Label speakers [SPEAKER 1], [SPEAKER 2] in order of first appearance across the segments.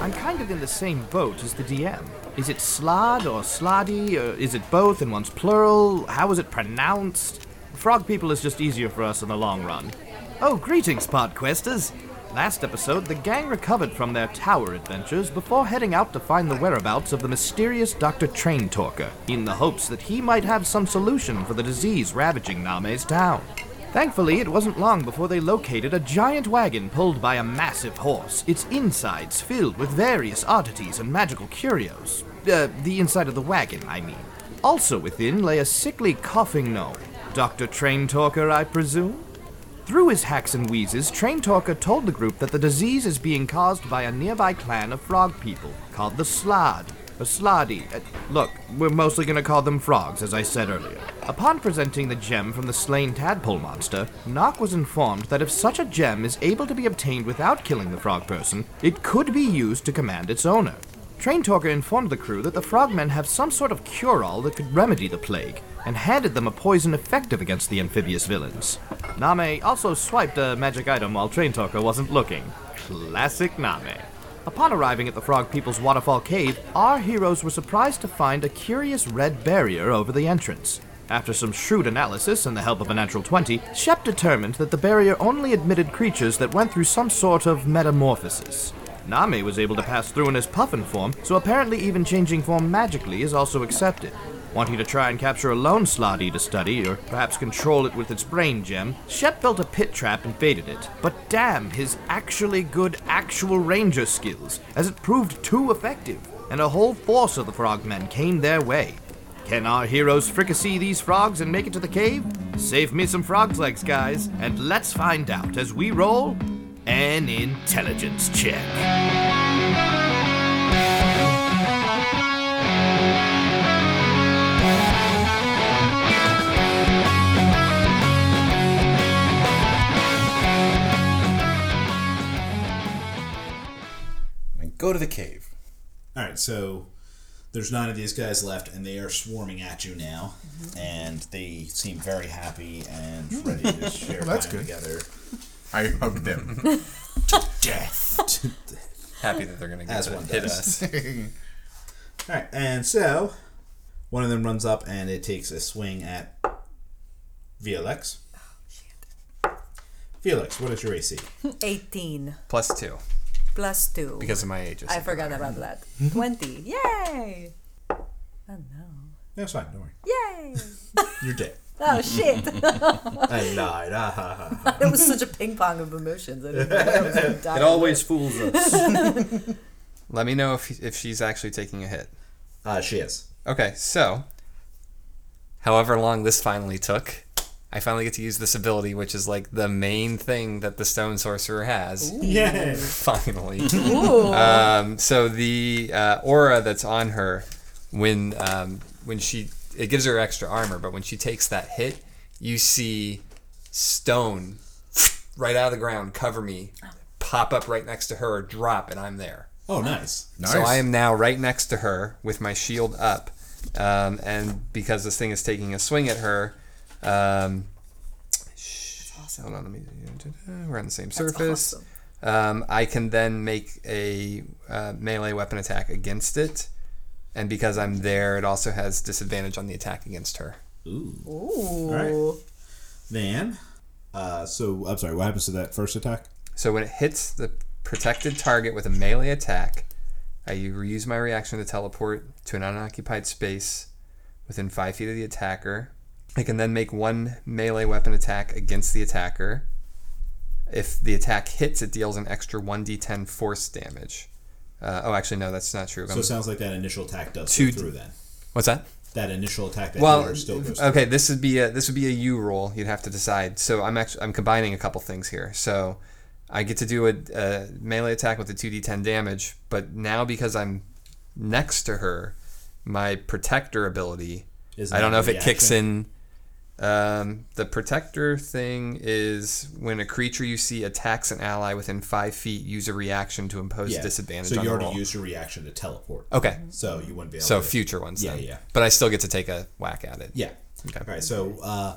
[SPEAKER 1] I'm kind of in the same boat as the DM. Is it Slad or Sladdy? Or is it both and one's plural? How is it pronounced? Frog people is just easier for us in the long run. Oh, greetings, Podquesters! Last episode, the gang recovered from their tower adventures before heading out to find the whereabouts of the mysterious Dr. Train Talker, in the hopes that he might have some solution for the disease ravaging Name's town. Thankfully, it wasn't long before they located a giant wagon pulled by a massive horse, its insides filled with various oddities and magical curios. Uh, the inside of the wagon, I mean. Also within lay a sickly coughing gnome. Dr. Train Talker, I presume? Through his hacks and wheezes, Train Talker told the group that the disease is being caused by a nearby clan of frog people called the Slad. Or Sladi. Uh, look, we're mostly going to call them frogs, as I said earlier. Upon presenting the gem from the slain tadpole monster, Nock was informed that if such a gem is able to be obtained without killing the frog person, it could be used to command its owner. Train Talker informed the crew that the frogmen have some sort of cure all that could remedy the plague, and handed them a poison effective against the amphibious villains. Name also swiped a magic item while Train Talker wasn't looking. Classic Name. Upon arriving at the Frog People's Waterfall Cave, our heroes were surprised to find a curious red barrier over the entrance. After some shrewd analysis and the help of a natural 20, Shep determined that the barrier only admitted creatures that went through some sort of metamorphosis. Name was able to pass through in his puffin form, so apparently even changing form magically is also accepted. Wanting to try and capture a lone Slotty to study, or perhaps control it with its brain gem, Shep built a pit trap and baited it. But damn, his actually good actual ranger skills, as it proved too effective, and a whole force of the frogmen came their way. Can our heroes fricassee these frogs and make it to the cave? Save me some frog's legs, guys, and let's find out as we roll an intelligence check.
[SPEAKER 2] and go to the cave.
[SPEAKER 3] All right, so there's nine of these guys left, and they are swarming at you now,
[SPEAKER 4] Mm-hmm.
[SPEAKER 3] and they seem very happy and ready to share
[SPEAKER 4] Hmm. that's
[SPEAKER 3] time
[SPEAKER 4] good.
[SPEAKER 3] together.
[SPEAKER 4] I hug them.
[SPEAKER 3] Death.
[SPEAKER 2] Happy that they're gonna get
[SPEAKER 3] As
[SPEAKER 2] to
[SPEAKER 3] one
[SPEAKER 2] hit
[SPEAKER 3] does.
[SPEAKER 2] us.
[SPEAKER 3] All right, and so one of them runs up and it takes a swing at VLX.
[SPEAKER 4] Oh,
[SPEAKER 3] Felix, what is your AC?
[SPEAKER 5] 18
[SPEAKER 2] Plus two
[SPEAKER 5] plus 2.
[SPEAKER 2] because of my ages.
[SPEAKER 5] I forgot about that. 20. Yay! Oh no.
[SPEAKER 3] That's fine, don't worry.
[SPEAKER 5] Yay!
[SPEAKER 3] You're dead.
[SPEAKER 5] Oh shit! that
[SPEAKER 3] I lied. Ah, ha, ha, ha.
[SPEAKER 5] was such a ping pong of emotions. I didn't know I was gonna die.
[SPEAKER 6] It always fools us.
[SPEAKER 2] Let me know if if she's actually taking a hit.
[SPEAKER 3] Uh, she is.
[SPEAKER 2] Okay, so however long this finally took, I finally get to use this ability, which is like the main thing that the stone sorcerer has.
[SPEAKER 3] Yeah.
[SPEAKER 2] Finally. um, so the uh, aura that's on her when um, when she it gives her extra armor, but when she takes that hit, you see stone right out of the ground cover me, pop up right next to her, drop, and I'm there.
[SPEAKER 3] Oh, nice.
[SPEAKER 4] nice.
[SPEAKER 2] So I am now right next to her with my shield up, um, and because this thing is taking a swing at her, um, sh- hold on, let me. We're on the same surface.
[SPEAKER 5] awesome.
[SPEAKER 2] Um, I can then make a uh, melee weapon attack against it, and because I'm there, it also has disadvantage on the attack against her.
[SPEAKER 3] Ooh.
[SPEAKER 5] Ooh.
[SPEAKER 3] Alright. Then, uh, so I'm sorry. What happens to that first attack?
[SPEAKER 2] So when it hits the protected target with a melee attack, I reuse my reaction to teleport to an unoccupied space within five feet of the attacker. I can then make one melee weapon attack against the attacker. If the attack hits, it deals an extra 1d10 force damage. Uh, oh, actually, no, that's not true.
[SPEAKER 3] So it sounds like that initial attack does
[SPEAKER 2] Two-
[SPEAKER 3] go through then.
[SPEAKER 2] What's that?
[SPEAKER 3] That initial attack that
[SPEAKER 2] Well, uh,
[SPEAKER 3] well, still goes through.
[SPEAKER 2] okay, this would be a this would be a U roll. You'd have to decide. So I'm actually I'm combining a couple things here. So I get to do a, a melee attack with the 2d10 damage, but now because I'm next to her, my protector ability.
[SPEAKER 3] Is
[SPEAKER 2] I don't
[SPEAKER 3] that
[SPEAKER 2] know if
[SPEAKER 3] a
[SPEAKER 2] it kicks in. Um, the protector thing is when a creature you see attacks an ally within five feet, use a reaction to impose disadvantage.
[SPEAKER 3] So
[SPEAKER 2] on
[SPEAKER 3] you
[SPEAKER 2] the
[SPEAKER 3] already
[SPEAKER 2] roll.
[SPEAKER 3] used your reaction to teleport.
[SPEAKER 2] Okay,
[SPEAKER 3] So you wouldn't be able
[SPEAKER 2] so
[SPEAKER 3] to.
[SPEAKER 2] future ones.
[SPEAKER 3] Yeah,
[SPEAKER 2] then.
[SPEAKER 3] yeah.
[SPEAKER 2] But I still get to take a whack at it.
[SPEAKER 3] Yeah.
[SPEAKER 2] Okay.
[SPEAKER 3] All right. So uh,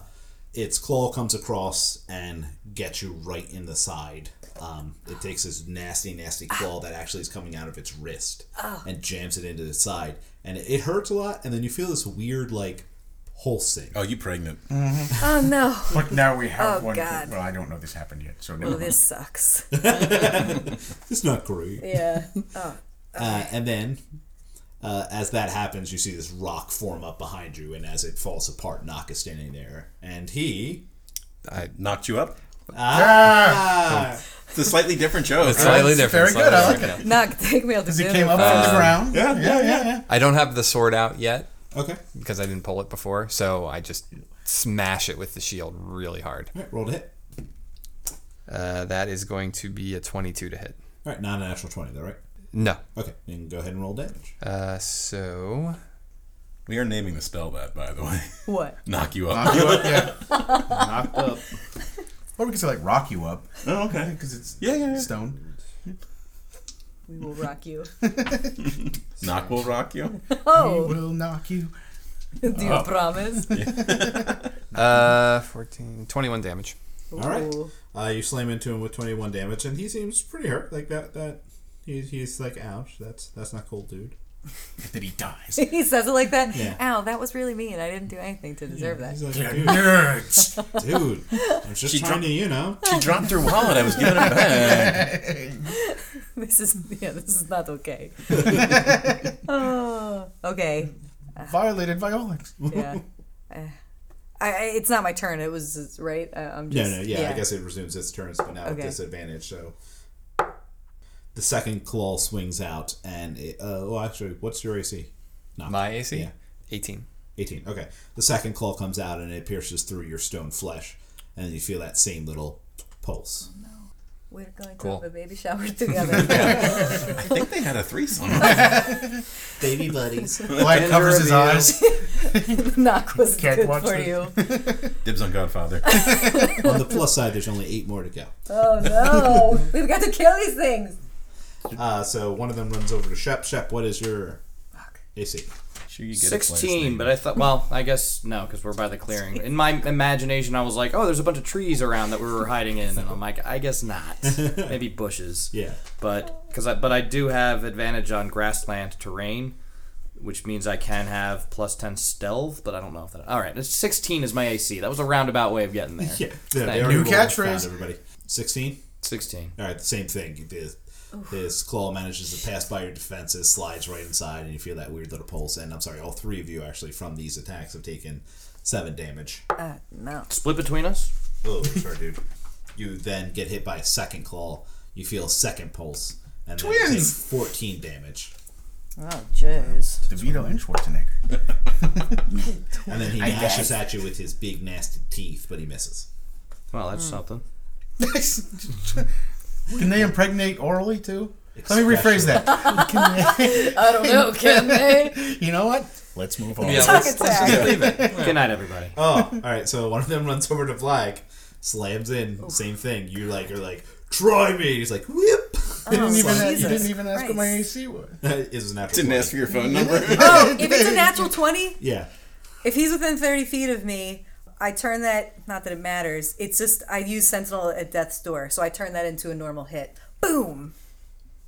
[SPEAKER 3] its claw comes across and gets you right in the side Um, it takes this nasty, nasty
[SPEAKER 7] Ah.
[SPEAKER 3] claw that actually is coming out of its wrist and jams it into the side, and it, it hurts a lot. And then you feel this weird like pulsing.
[SPEAKER 7] Oh, you pregnant?
[SPEAKER 8] Oh no.
[SPEAKER 7] But now we have
[SPEAKER 8] Oh,
[SPEAKER 7] one.
[SPEAKER 8] God.
[SPEAKER 7] Well, I don't know if this happened yet. So
[SPEAKER 8] Well,
[SPEAKER 7] never mind.
[SPEAKER 8] this sucks.
[SPEAKER 3] It's not great.
[SPEAKER 8] Yeah.
[SPEAKER 3] Uh, and then, uh, as that happens, you see this rock form up behind you, and as it falls apart, Nock is standing there, and he
[SPEAKER 7] I knocked you up. Ah,
[SPEAKER 3] Oh.
[SPEAKER 9] It's a slightly different joke.
[SPEAKER 2] It's slightly
[SPEAKER 7] That's
[SPEAKER 2] different.
[SPEAKER 7] very
[SPEAKER 2] slightly
[SPEAKER 7] good, I like
[SPEAKER 2] different, yeah.
[SPEAKER 8] Knock, take me out the
[SPEAKER 7] As he
[SPEAKER 8] room.
[SPEAKER 7] came up from the ground. Yeah, yeah, yeah, yeah.
[SPEAKER 2] I don't have the sword out yet
[SPEAKER 3] okay,
[SPEAKER 2] because I didn't pull it before, so I just smash it with the shield really hard.
[SPEAKER 3] all right, rolled a hit.
[SPEAKER 2] Uh, that is going to be a 22 to hit.
[SPEAKER 3] All right, not a natural twenty though, right?
[SPEAKER 2] No.
[SPEAKER 3] Okay, then go ahead and roll damage.
[SPEAKER 2] Uh, so
[SPEAKER 9] We are naming the spell that, by the way.
[SPEAKER 8] What?
[SPEAKER 9] Knock you up.
[SPEAKER 7] Knock you up, yeah. Knocked up. Or we could say like rock you up
[SPEAKER 9] Oh, okay.
[SPEAKER 7] because it's
[SPEAKER 9] Yeah, yeah, yeah.
[SPEAKER 7] stone.
[SPEAKER 8] We will rock you.
[SPEAKER 9] Knock will rock you.
[SPEAKER 8] Oh,
[SPEAKER 7] Will knock you.
[SPEAKER 8] do you promise?
[SPEAKER 2] uh, 14, 21 damage.
[SPEAKER 3] All right,
[SPEAKER 8] Ooh.
[SPEAKER 3] uh, you slam into him with twenty-one damage, and he seems pretty hurt. Like that, that he's, he's like, ouch, that's that's not cool, dude.
[SPEAKER 7] That he dies.
[SPEAKER 8] he says it like that.
[SPEAKER 3] Yeah.
[SPEAKER 8] Ow, that was really mean. I didn't do anything to deserve
[SPEAKER 3] He's
[SPEAKER 8] that.
[SPEAKER 3] like,
[SPEAKER 7] They're
[SPEAKER 3] dude,
[SPEAKER 7] nerds.
[SPEAKER 3] dude, I'm just
[SPEAKER 9] She
[SPEAKER 3] trying
[SPEAKER 9] dropped-
[SPEAKER 3] to, you know.
[SPEAKER 9] She dropped her wallet. I was giving it back.
[SPEAKER 8] This is yeah, this is not okay. oh, okay.
[SPEAKER 7] Violated Violix.
[SPEAKER 8] Yeah. Eh. I, I, it's not my turn. It was it's- right. I, I'm
[SPEAKER 3] No,
[SPEAKER 8] just
[SPEAKER 3] no, yeah, I guess it resumes its turns, but now with
[SPEAKER 8] Okay.
[SPEAKER 3] disadvantage. So the second claw swings out, and it, uh, well, actually, what's your AC? Not
[SPEAKER 2] My AC?
[SPEAKER 3] Yeah.
[SPEAKER 2] 18.
[SPEAKER 3] eighteen. Okay, the second claw comes out, and it pierces through your stone flesh, and you feel that same little pulse.
[SPEAKER 8] We're going
[SPEAKER 2] Cool.
[SPEAKER 8] to have a baby shower together.
[SPEAKER 9] I think they had a threesome.
[SPEAKER 3] Baby buddies.
[SPEAKER 7] Black
[SPEAKER 2] Gender
[SPEAKER 7] covers his
[SPEAKER 2] reveal.
[SPEAKER 7] eyes.
[SPEAKER 8] Knock was
[SPEAKER 7] Can't
[SPEAKER 8] good
[SPEAKER 7] watch
[SPEAKER 8] for
[SPEAKER 7] this.
[SPEAKER 8] you.
[SPEAKER 9] Dibs on Godfather.
[SPEAKER 3] On the plus side, there's only eight more to go.
[SPEAKER 8] Oh no, we've got to kill these things.
[SPEAKER 3] Uh, so one of them runs over to Shep. Shep, what is your AC?
[SPEAKER 9] Sure, you get it, Blaze.
[SPEAKER 1] 16, but I thought, well, I guess no, because we're by the clearing. In my imagination, I was like, oh, there's a bunch of trees around that we were hiding in, and I'm like, I guess not. Maybe bushes.
[SPEAKER 3] Yeah.
[SPEAKER 1] But because I, but I do have advantage on grassland terrain, which means I can have plus 10 stealth, but I don't know if that. All right, it's 16 is my AC. That was a roundabout way of getting there.
[SPEAKER 3] Yeah. they
[SPEAKER 1] Thank
[SPEAKER 3] already
[SPEAKER 7] you. New
[SPEAKER 3] rolled, found
[SPEAKER 7] catchphrase.
[SPEAKER 3] Everybody. Sixteen.
[SPEAKER 1] 16.
[SPEAKER 3] All right, the same thing. The, his claw manages to pass by your defenses, slides right inside, and you feel that weird little pulse. And I'm sorry, all three of you actually from these attacks have taken seven damage.
[SPEAKER 8] Uh, no.
[SPEAKER 1] Split between us?
[SPEAKER 3] Oh, sorry, dude. You then get hit by a second claw. You feel a second pulse, and then you take
[SPEAKER 7] Twins!
[SPEAKER 3] fourteen damage.
[SPEAKER 8] Oh jeez.
[SPEAKER 7] DeVito and Schwarzenegger.
[SPEAKER 3] And then he gnashes at you with his big nasty teeth, but he misses.
[SPEAKER 1] Well, that's something.
[SPEAKER 7] Can they impregnate orally too? Let me rephrase that. Can
[SPEAKER 8] I don't know, can they?
[SPEAKER 7] they- you know what? Let's move on.
[SPEAKER 2] Yeah,
[SPEAKER 8] Talk
[SPEAKER 2] let's-
[SPEAKER 8] attack.
[SPEAKER 1] Good night, everybody.
[SPEAKER 3] Oh, all right. So one of them runs over to Vlag, slams in.
[SPEAKER 8] Oh.
[SPEAKER 3] Same thing. You like are like, try me. He's like, whip.
[SPEAKER 7] didn't even, you
[SPEAKER 8] Oh, Jesus
[SPEAKER 7] didn't even ask what my
[SPEAKER 8] Christ.
[SPEAKER 7] AC was.
[SPEAKER 3] It was an natural.
[SPEAKER 9] Didn't
[SPEAKER 3] 20.
[SPEAKER 9] ask for your phone number.
[SPEAKER 8] Oh, if it's a natural 20,
[SPEAKER 3] Yeah.
[SPEAKER 8] if he's within 30 feet of me, I turn that, not that it matters, it's just I use Sentinel at Death's Door, so I turn that into a normal hit. Boom!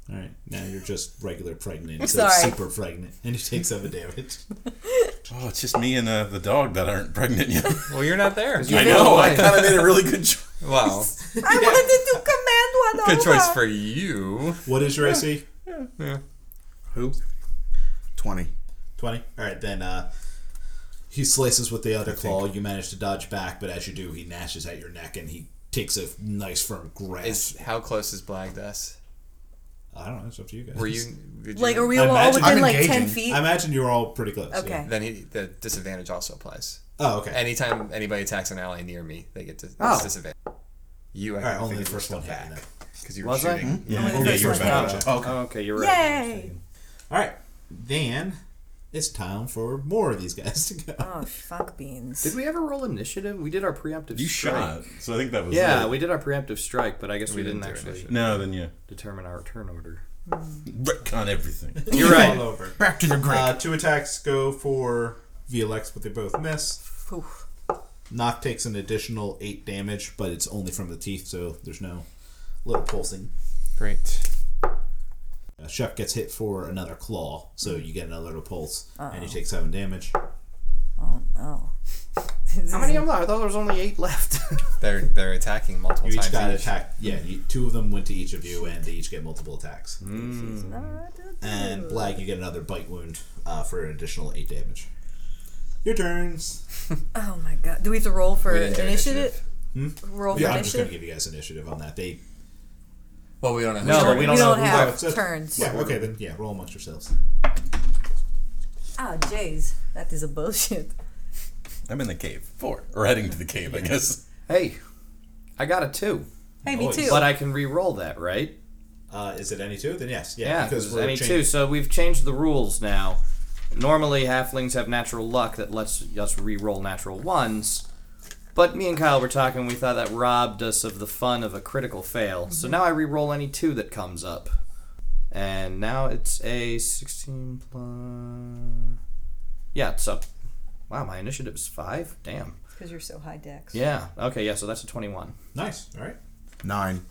[SPEAKER 3] All right. Now you're just regular pregnant instead
[SPEAKER 8] Sorry.
[SPEAKER 3] of super pregnant, and you take seven damage.
[SPEAKER 9] oh, it's just me and uh, the dog that aren't pregnant yet.
[SPEAKER 2] Well, you're not there.
[SPEAKER 9] I know. I kind of made a really good choice.
[SPEAKER 2] Wow.
[SPEAKER 8] I wanted to command one
[SPEAKER 2] Good choice
[SPEAKER 8] over.
[SPEAKER 2] for you.
[SPEAKER 3] What is your AC?
[SPEAKER 1] Who?
[SPEAKER 7] 20.
[SPEAKER 3] Twenty. All right. Then uh, he slices with the other claw. You manage to dodge back, but as you do, he gnashes at your neck, and he takes a nice firm grasp.
[SPEAKER 2] Is how close is Blag to us?
[SPEAKER 3] I don't know. It's up to you guys.
[SPEAKER 2] Were you? Did you
[SPEAKER 8] Like, are we
[SPEAKER 3] I
[SPEAKER 8] all
[SPEAKER 3] imagine-
[SPEAKER 8] within
[SPEAKER 7] I'm
[SPEAKER 8] like 10
[SPEAKER 7] engaging.
[SPEAKER 8] feet?
[SPEAKER 3] I imagine you're all pretty close. yeah.
[SPEAKER 8] okay.
[SPEAKER 2] Then he, the disadvantage also applies.
[SPEAKER 3] Oh, okay.
[SPEAKER 2] Anytime anybody attacks an ally near me, they get dis-
[SPEAKER 1] Oh.
[SPEAKER 2] disadvantage. You, I
[SPEAKER 3] all right.
[SPEAKER 2] think
[SPEAKER 3] Only
[SPEAKER 2] you
[SPEAKER 3] the
[SPEAKER 2] were
[SPEAKER 3] first
[SPEAKER 2] still
[SPEAKER 3] one hit.
[SPEAKER 2] back
[SPEAKER 3] then.
[SPEAKER 2] because you were
[SPEAKER 1] Was I?
[SPEAKER 2] shooting.
[SPEAKER 3] Yeah.
[SPEAKER 8] Only the
[SPEAKER 3] yeah,
[SPEAKER 8] first
[SPEAKER 3] you were
[SPEAKER 8] one.
[SPEAKER 3] back.
[SPEAKER 1] Oh,
[SPEAKER 7] Oh, okay.
[SPEAKER 1] Oh, okay, you're right.
[SPEAKER 8] Yay!
[SPEAKER 3] All right, then it's time for more of these guys to go.
[SPEAKER 8] Oh, fuck beans.
[SPEAKER 1] Did we ever roll initiative? We did our preemptive
[SPEAKER 9] You
[SPEAKER 1] strike.
[SPEAKER 9] shot. So I think that was
[SPEAKER 1] Yeah,
[SPEAKER 9] it.
[SPEAKER 1] we did our preemptive strike, but I guess we,
[SPEAKER 2] We
[SPEAKER 1] didn't
[SPEAKER 2] didn't do
[SPEAKER 1] actually
[SPEAKER 2] initiative.
[SPEAKER 9] No, then you
[SPEAKER 1] determine our turn order.
[SPEAKER 9] retcon everything.
[SPEAKER 1] You're
[SPEAKER 3] All
[SPEAKER 1] right.
[SPEAKER 3] over.
[SPEAKER 7] Back to the Greek.
[SPEAKER 3] Uh, two attacks go for VLX, but they both miss.
[SPEAKER 8] Phew.
[SPEAKER 3] Knock takes an additional eight damage, but it's only from the teeth, so there's no little pulsing.
[SPEAKER 2] Great.
[SPEAKER 3] Uh, Chef gets hit for another claw, so you get another little pulse, and you take seven damage.
[SPEAKER 8] Oh no.
[SPEAKER 1] How many of them are? I thought there was only eight left.
[SPEAKER 2] They're they're attacking multiple
[SPEAKER 3] You each
[SPEAKER 2] times.
[SPEAKER 3] got
[SPEAKER 2] each.
[SPEAKER 3] attacked. Yeah, you, two of them went to each of you, and they each get multiple attacks. And Blag, you get another bite wound uh, for an additional eight damage. Your turns.
[SPEAKER 8] Oh my god. Do we have to roll for
[SPEAKER 2] We didn't do
[SPEAKER 8] initiative? Roll for
[SPEAKER 3] Yeah, I'm just gonna
[SPEAKER 8] initiative?
[SPEAKER 3] give you guys initiative on that. They.
[SPEAKER 2] Well, we don't know.
[SPEAKER 1] No,
[SPEAKER 2] who's
[SPEAKER 1] but we
[SPEAKER 2] targeting.
[SPEAKER 8] We
[SPEAKER 1] don't
[SPEAKER 8] don't
[SPEAKER 1] know who-
[SPEAKER 3] Oh,
[SPEAKER 8] have
[SPEAKER 3] it's a-
[SPEAKER 8] turns.
[SPEAKER 3] Yeah. Okay. Then yeah, roll amongst yourselves.
[SPEAKER 8] Oh jeez. That is a bullshit.
[SPEAKER 9] I'm in the cave. Four. Or heading to the cave, I guess.
[SPEAKER 1] hey, I got a two,
[SPEAKER 8] Hey, me
[SPEAKER 3] Nice.
[SPEAKER 8] too.
[SPEAKER 1] but I can re-roll that, right?
[SPEAKER 3] Uh, is it any two? Then yes. Yeah.
[SPEAKER 1] Yeah,
[SPEAKER 3] because
[SPEAKER 1] because
[SPEAKER 3] we're
[SPEAKER 1] any
[SPEAKER 3] changing-
[SPEAKER 1] two. So we've changed the rules now. Normally, halflings have natural luck that lets us re-roll natural ones. But me and Kyle were talking. We thought that robbed us of the fun of a critical fail. So
[SPEAKER 3] Mm-hmm.
[SPEAKER 1] now I re-roll any two that comes up, and now it's a sixteen plus. Yeah, it's up. Wow, my initiative is five. Damn.
[SPEAKER 8] Because you're so high dex.
[SPEAKER 1] Yeah. Okay. Yeah. So that's a twenty-one.
[SPEAKER 3] Nice. All right.
[SPEAKER 7] Nine.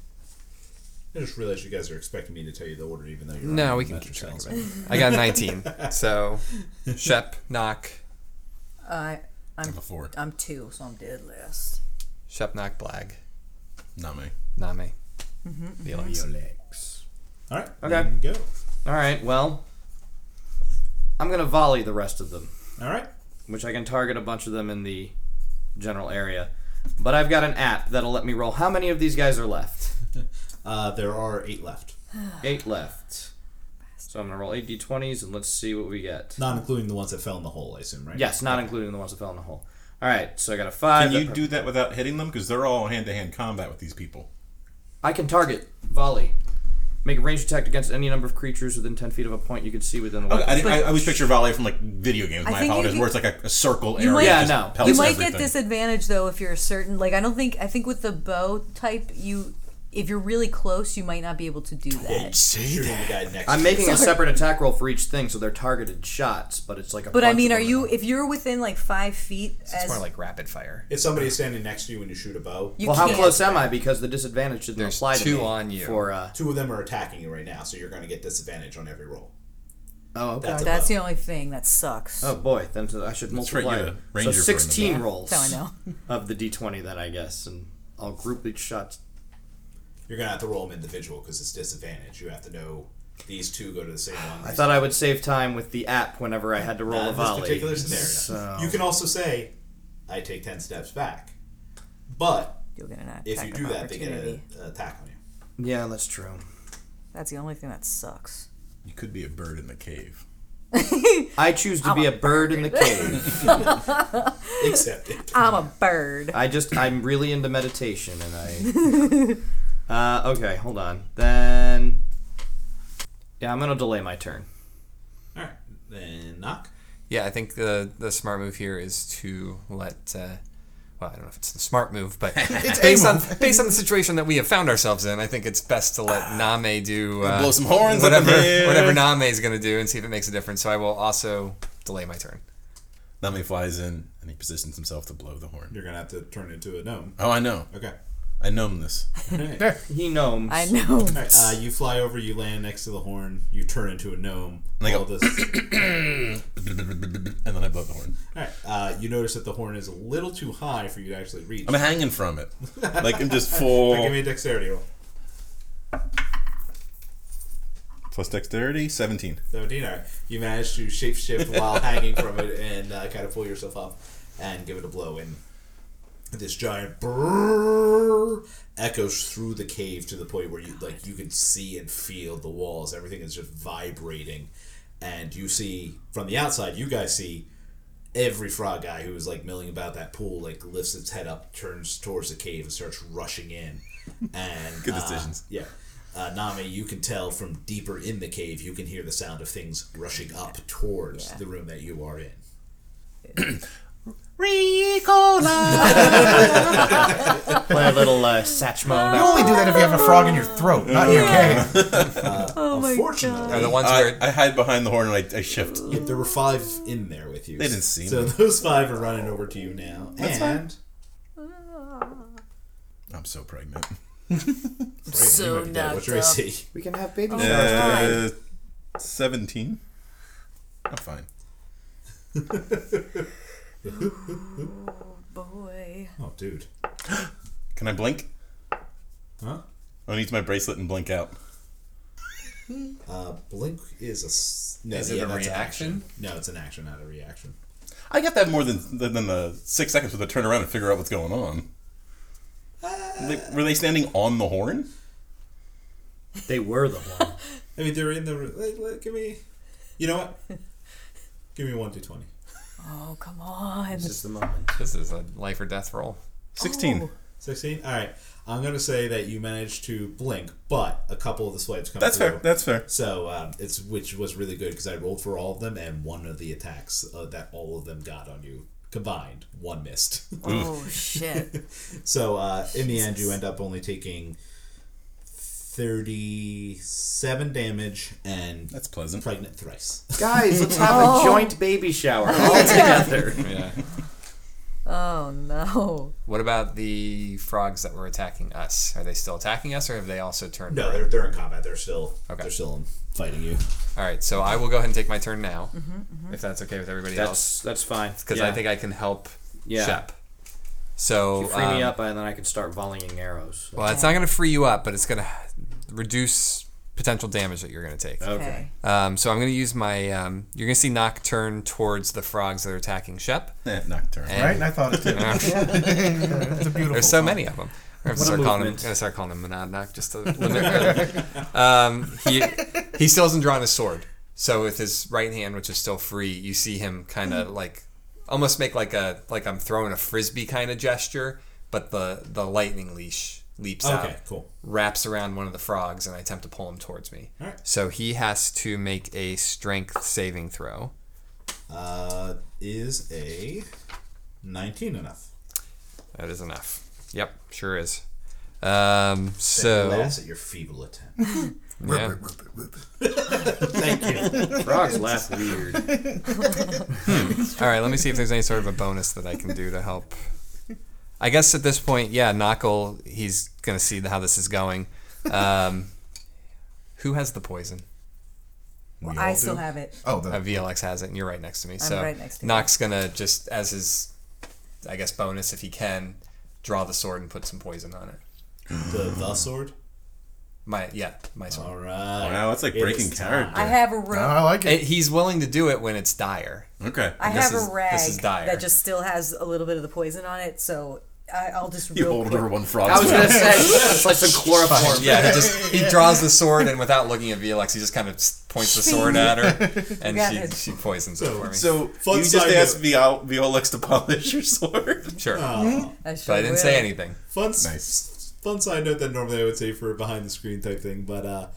[SPEAKER 3] I just realized you guys are expecting me to tell you the order, even though you're
[SPEAKER 2] No,
[SPEAKER 3] on
[SPEAKER 2] we can
[SPEAKER 3] Metro
[SPEAKER 2] keep track
[SPEAKER 3] Sales.
[SPEAKER 2] of it. I got 19. So, Shep, Knock,
[SPEAKER 8] I I'm
[SPEAKER 9] I'm a four.
[SPEAKER 8] I'm two, so I'm dead last.
[SPEAKER 2] Shep, Knock, Blag,
[SPEAKER 9] Not me.
[SPEAKER 2] Name.
[SPEAKER 3] All right.
[SPEAKER 1] Okay.
[SPEAKER 3] then Go.
[SPEAKER 1] All right. Well, I'm gonna volley the rest of them.
[SPEAKER 3] All right.
[SPEAKER 1] which I can target a bunch of them in the general area. But I've got an app that'll let me roll. How many of these guys are left?
[SPEAKER 3] Uh, there are eight left,
[SPEAKER 1] Eight left. So I'm gonna roll eight d20s and let's see what we get.
[SPEAKER 3] not including the ones that fell in the hole. I assume, right?
[SPEAKER 1] Yes, not including the ones that fell in the hole. All right, so I got a five.
[SPEAKER 9] Can
[SPEAKER 1] that
[SPEAKER 9] you
[SPEAKER 1] per-
[SPEAKER 9] do that without hitting them? Because they're all hand to hand combat with these people.
[SPEAKER 1] I can target volley. Make a ranged attack against any number of creatures within ten feet of a point you can see within the
[SPEAKER 9] Okay,
[SPEAKER 1] weapon.
[SPEAKER 9] I, didn't- I, I always picture volley from like video games.
[SPEAKER 8] I
[SPEAKER 9] My
[SPEAKER 8] think you
[SPEAKER 9] apologies.
[SPEAKER 8] could-
[SPEAKER 9] Where it's like a, a circle area.
[SPEAKER 8] You might-
[SPEAKER 9] that
[SPEAKER 1] Yeah,
[SPEAKER 9] just
[SPEAKER 1] no.
[SPEAKER 9] pelts
[SPEAKER 8] You might
[SPEAKER 9] everything.
[SPEAKER 8] get disadvantage though if you're a certain like I don't think I think with the bow type you if you're really close you might not be able to do that.
[SPEAKER 3] Shooting the guy next.
[SPEAKER 1] I'm
[SPEAKER 3] to
[SPEAKER 1] making a separate attack roll for each thing, so they're targeted shots. But it's like a.
[SPEAKER 8] But I
[SPEAKER 1] bunch
[SPEAKER 8] mean,
[SPEAKER 1] of
[SPEAKER 8] are
[SPEAKER 1] them.
[SPEAKER 8] you if you're within like five feet
[SPEAKER 2] It's more
[SPEAKER 8] as
[SPEAKER 2] like rapid fire.
[SPEAKER 3] If somebody's standing next to you when you shoot a bow,
[SPEAKER 8] you
[SPEAKER 1] Well, how
[SPEAKER 8] can't.
[SPEAKER 1] close am I? Because the disadvantage shouldn't
[SPEAKER 2] There's
[SPEAKER 1] apply to
[SPEAKER 2] two
[SPEAKER 1] me
[SPEAKER 2] on you.
[SPEAKER 1] for. Uh,
[SPEAKER 3] two of them are attacking you right now, so you're going to get disadvantage on every roll.
[SPEAKER 1] oh, okay.
[SPEAKER 3] That's a
[SPEAKER 8] That's the only thing that sucks.
[SPEAKER 1] Oh boy, then I should
[SPEAKER 9] right,
[SPEAKER 1] multiply.
[SPEAKER 9] you're
[SPEAKER 1] it.
[SPEAKER 9] a
[SPEAKER 1] so
[SPEAKER 9] ranger for an
[SPEAKER 1] 16
[SPEAKER 9] event.
[SPEAKER 1] rolls
[SPEAKER 8] So I know.
[SPEAKER 1] of the d20 then I guess, and I'll group each shot.
[SPEAKER 3] You're going to have to roll them individual because it's disadvantage. You have to know these two go to the same one.
[SPEAKER 1] I thought I would save time with the app whenever I had to roll a
[SPEAKER 3] Not in this
[SPEAKER 1] volley.
[SPEAKER 3] particular
[SPEAKER 1] So-
[SPEAKER 3] scenario. You can also say, "I take ten steps back," but
[SPEAKER 8] You'll get an attack
[SPEAKER 3] if you do
[SPEAKER 8] of
[SPEAKER 3] that, they get
[SPEAKER 8] opportunity.
[SPEAKER 3] a- an attack on you.
[SPEAKER 1] Yeah, that's true.
[SPEAKER 8] That's the only thing that sucks.
[SPEAKER 9] You could be a bird in the cave.
[SPEAKER 1] I choose to be a bird in the cave.
[SPEAKER 3] Except it.
[SPEAKER 8] I'm a bird.
[SPEAKER 1] I just I'm really into meditation, and I. Uh, okay, hold on. Then. Yeah, I'm gonna delay my turn.
[SPEAKER 3] All right, then knock.
[SPEAKER 2] Yeah, I think the the smart move here is to let. Uh, well, I don't know if it's the smart move, but based on based on the situation that we have found ourselves in, I think it's best to let Name do uh,
[SPEAKER 9] blow some horns at
[SPEAKER 2] whatever
[SPEAKER 9] the man.
[SPEAKER 2] whatever Name is going to do, and see if it makes a difference. So I will also delay my turn.
[SPEAKER 9] Nami flies in and he positions himself to blow the horn.
[SPEAKER 3] You're going to have to turn into a gnome.
[SPEAKER 9] Oh, I know.
[SPEAKER 3] Okay.
[SPEAKER 9] I gnome this.
[SPEAKER 1] He gnomes.
[SPEAKER 8] I know.
[SPEAKER 3] All right, uh, you fly over, you land next to the horn, you turn into a gnome.
[SPEAKER 9] Like
[SPEAKER 3] all
[SPEAKER 9] a-
[SPEAKER 3] this.
[SPEAKER 9] and then I blow the horn.
[SPEAKER 3] All right, uh, you notice that the horn is a little too high for you to actually reach.
[SPEAKER 9] I'm hanging from it. Like I'm just
[SPEAKER 3] Alright, give me a
[SPEAKER 9] full.
[SPEAKER 3] dexterity roll.
[SPEAKER 9] Plus dexterity, 17.
[SPEAKER 3] 17, all right. You manage to shapeshift while hanging from it and uh, kind of pull yourself up and give it a blow. And this giant brrrr echoes through the cave to the point where you like you can see and feel the walls. Everything is just vibrating. And you see from the outside, you guys see every frog guy who is like milling about that pool like lifts its head up, turns towards the cave, and starts rushing in. And
[SPEAKER 9] Good
[SPEAKER 3] uh,
[SPEAKER 9] decisions.
[SPEAKER 3] yeah. Uh, Nami, you can tell from deeper in the cave, you can hear the sound of things rushing up towards the room that you are in.
[SPEAKER 1] play a little uh, Satchmo.
[SPEAKER 7] You only do that if you have a frog in your throat, not in your cave.
[SPEAKER 8] Oh my god.
[SPEAKER 2] Are
[SPEAKER 3] Unfortunately,
[SPEAKER 2] the ones
[SPEAKER 9] I,
[SPEAKER 2] where
[SPEAKER 9] I hide behind the horn and I, I shift.
[SPEAKER 3] yeah, there were five in there with you.
[SPEAKER 9] They didn't see
[SPEAKER 3] So
[SPEAKER 9] me.
[SPEAKER 3] those five are running over to you now. and
[SPEAKER 9] I'm so pregnant.
[SPEAKER 3] Yeah,
[SPEAKER 5] so
[SPEAKER 3] what's
[SPEAKER 5] knocked
[SPEAKER 3] your
[SPEAKER 5] up.
[SPEAKER 3] AC?
[SPEAKER 1] We can have baby showers.
[SPEAKER 9] Uh, 17. I'm fine.
[SPEAKER 5] Boy.
[SPEAKER 3] Oh, dude.
[SPEAKER 9] Can I blink?
[SPEAKER 3] Huh?
[SPEAKER 9] I need my bracelet and blink out.
[SPEAKER 3] Uh, blink is a s- no.
[SPEAKER 2] Is it
[SPEAKER 3] yeah,
[SPEAKER 2] a
[SPEAKER 3] that's an
[SPEAKER 2] reaction?
[SPEAKER 3] action. No, it's an action, not a reaction.
[SPEAKER 9] I got that more than than, than the six seconds where they turn around and figure out what's going on. Like, were they standing on the horn?
[SPEAKER 1] They were the one.
[SPEAKER 3] I mean, they're in the. Like, like, give me. You know what? give me one to twenty.
[SPEAKER 5] Oh, come on.
[SPEAKER 1] This is the moment.
[SPEAKER 2] This is a life or death roll.
[SPEAKER 9] 16.
[SPEAKER 3] 16? All right. I'm going to say that you managed to blink, but a couple of the swipes come
[SPEAKER 9] That's
[SPEAKER 3] through.
[SPEAKER 9] fair. That's fair.
[SPEAKER 3] so um, it's which was really good because I rolled for all of them and one of the attacks uh, that all of them got on you combined one missed.
[SPEAKER 5] Oh, shit.
[SPEAKER 3] so uh, in the end, you end up only taking thirty-seven damage and
[SPEAKER 9] That's pleasant.
[SPEAKER 3] pregnant thrice.
[SPEAKER 1] Guys, let's have
[SPEAKER 8] Oh.
[SPEAKER 1] a joint baby shower all together.
[SPEAKER 2] Yeah.
[SPEAKER 5] Oh, no.
[SPEAKER 2] what about the frogs that were attacking us? Are they still attacking us, or have they also turned?
[SPEAKER 3] no,
[SPEAKER 2] around?
[SPEAKER 3] they're they're in combat. They're still
[SPEAKER 2] Okay.
[SPEAKER 3] they're still in fighting you.
[SPEAKER 2] All right, so I will go ahead and take my turn now, if that's okay with everybody else,
[SPEAKER 1] That's that's fine.
[SPEAKER 2] because I
[SPEAKER 1] Yeah.
[SPEAKER 2] think I can help
[SPEAKER 1] Yeah.
[SPEAKER 2] Shep. So
[SPEAKER 1] You free me
[SPEAKER 2] um,
[SPEAKER 1] up, and then I can start volleying arrows.
[SPEAKER 2] Well, it's not going to free you up, but it's going to reduce potential damage that you're going to take.
[SPEAKER 1] Okay.
[SPEAKER 2] Um, so I'm going to use my. Um, you're going to see Nock turn towards the frogs that are attacking Shep.
[SPEAKER 9] Eh, nocturne.
[SPEAKER 2] And
[SPEAKER 7] Right? And I thought it too. it's a beautiful
[SPEAKER 2] There's so
[SPEAKER 7] song.
[SPEAKER 2] many of them. I'm
[SPEAKER 1] What a
[SPEAKER 2] going
[SPEAKER 1] movement.
[SPEAKER 2] to start calling him Monad Nock just to limit. um, he, he still hasn't drawn his sword. So with his right hand, which is still free, you see him kind
[SPEAKER 1] Mm-hmm.
[SPEAKER 2] of like almost make like a like I'm throwing a frisbee kind of gesture, but the the lightning leash leaps out.
[SPEAKER 3] Okay, cool.
[SPEAKER 2] wraps around one of the frogs and I attempt to pull him towards me.
[SPEAKER 3] Alright.
[SPEAKER 2] So he has to make a strength saving throw.
[SPEAKER 3] Uh, is a nineteen enough?
[SPEAKER 2] That is enough. Yep, sure is. Um, so
[SPEAKER 3] Alas, at your feeble attempt.
[SPEAKER 2] yeah.
[SPEAKER 3] Thank you.
[SPEAKER 1] Frogs laugh weird.
[SPEAKER 2] all right, let me see if there's any sort of a bonus that I can do to help. I guess at this point, yeah, Knuckle, he's gonna see how this is going. Um, who has the poison?
[SPEAKER 7] We all
[SPEAKER 8] I
[SPEAKER 7] do.
[SPEAKER 8] still have it.
[SPEAKER 7] Oh,
[SPEAKER 2] Uh,
[SPEAKER 7] the,
[SPEAKER 2] VLX has it, and you're right next to me.
[SPEAKER 8] I'm
[SPEAKER 2] so
[SPEAKER 8] right next to you.
[SPEAKER 2] Nock's gonna just as his, I guess, bonus if he can, draw the sword and put some poison on it.
[SPEAKER 3] The the sword.
[SPEAKER 2] My yeah, my sword.
[SPEAKER 3] All right.
[SPEAKER 9] Wow, that's like
[SPEAKER 3] It
[SPEAKER 9] breaking
[SPEAKER 3] is time.
[SPEAKER 9] character.
[SPEAKER 8] I have a rope.
[SPEAKER 7] No, I like it.
[SPEAKER 2] It- he's willing to do it when it's dire.
[SPEAKER 9] Okay.
[SPEAKER 8] I
[SPEAKER 2] This
[SPEAKER 8] have
[SPEAKER 2] is-
[SPEAKER 8] a rag
[SPEAKER 2] this is dire.
[SPEAKER 8] that just still has a little bit of the poison on it, so I, I'll just
[SPEAKER 9] You
[SPEAKER 8] real
[SPEAKER 9] hold
[SPEAKER 8] quick-
[SPEAKER 9] over one frog.
[SPEAKER 1] I was gonna say it's like some chloroform.
[SPEAKER 2] Yeah, he just he draws the sword and without looking at VLX, he just kind of s- points the sword at her and
[SPEAKER 8] Got
[SPEAKER 2] she,
[SPEAKER 8] it.
[SPEAKER 2] she poisons it for me.
[SPEAKER 9] so
[SPEAKER 3] Fun
[SPEAKER 9] you just
[SPEAKER 3] side
[SPEAKER 9] asked
[SPEAKER 3] note.
[SPEAKER 9] Viol- Violex to polish your sword.
[SPEAKER 2] sure,
[SPEAKER 8] I,
[SPEAKER 2] but
[SPEAKER 8] sure
[SPEAKER 2] I didn't
[SPEAKER 8] will.
[SPEAKER 2] say anything.
[SPEAKER 3] Fun. s-
[SPEAKER 9] Nice.
[SPEAKER 3] Fun side note that normally I would say for a behind the screen type thing, but uh,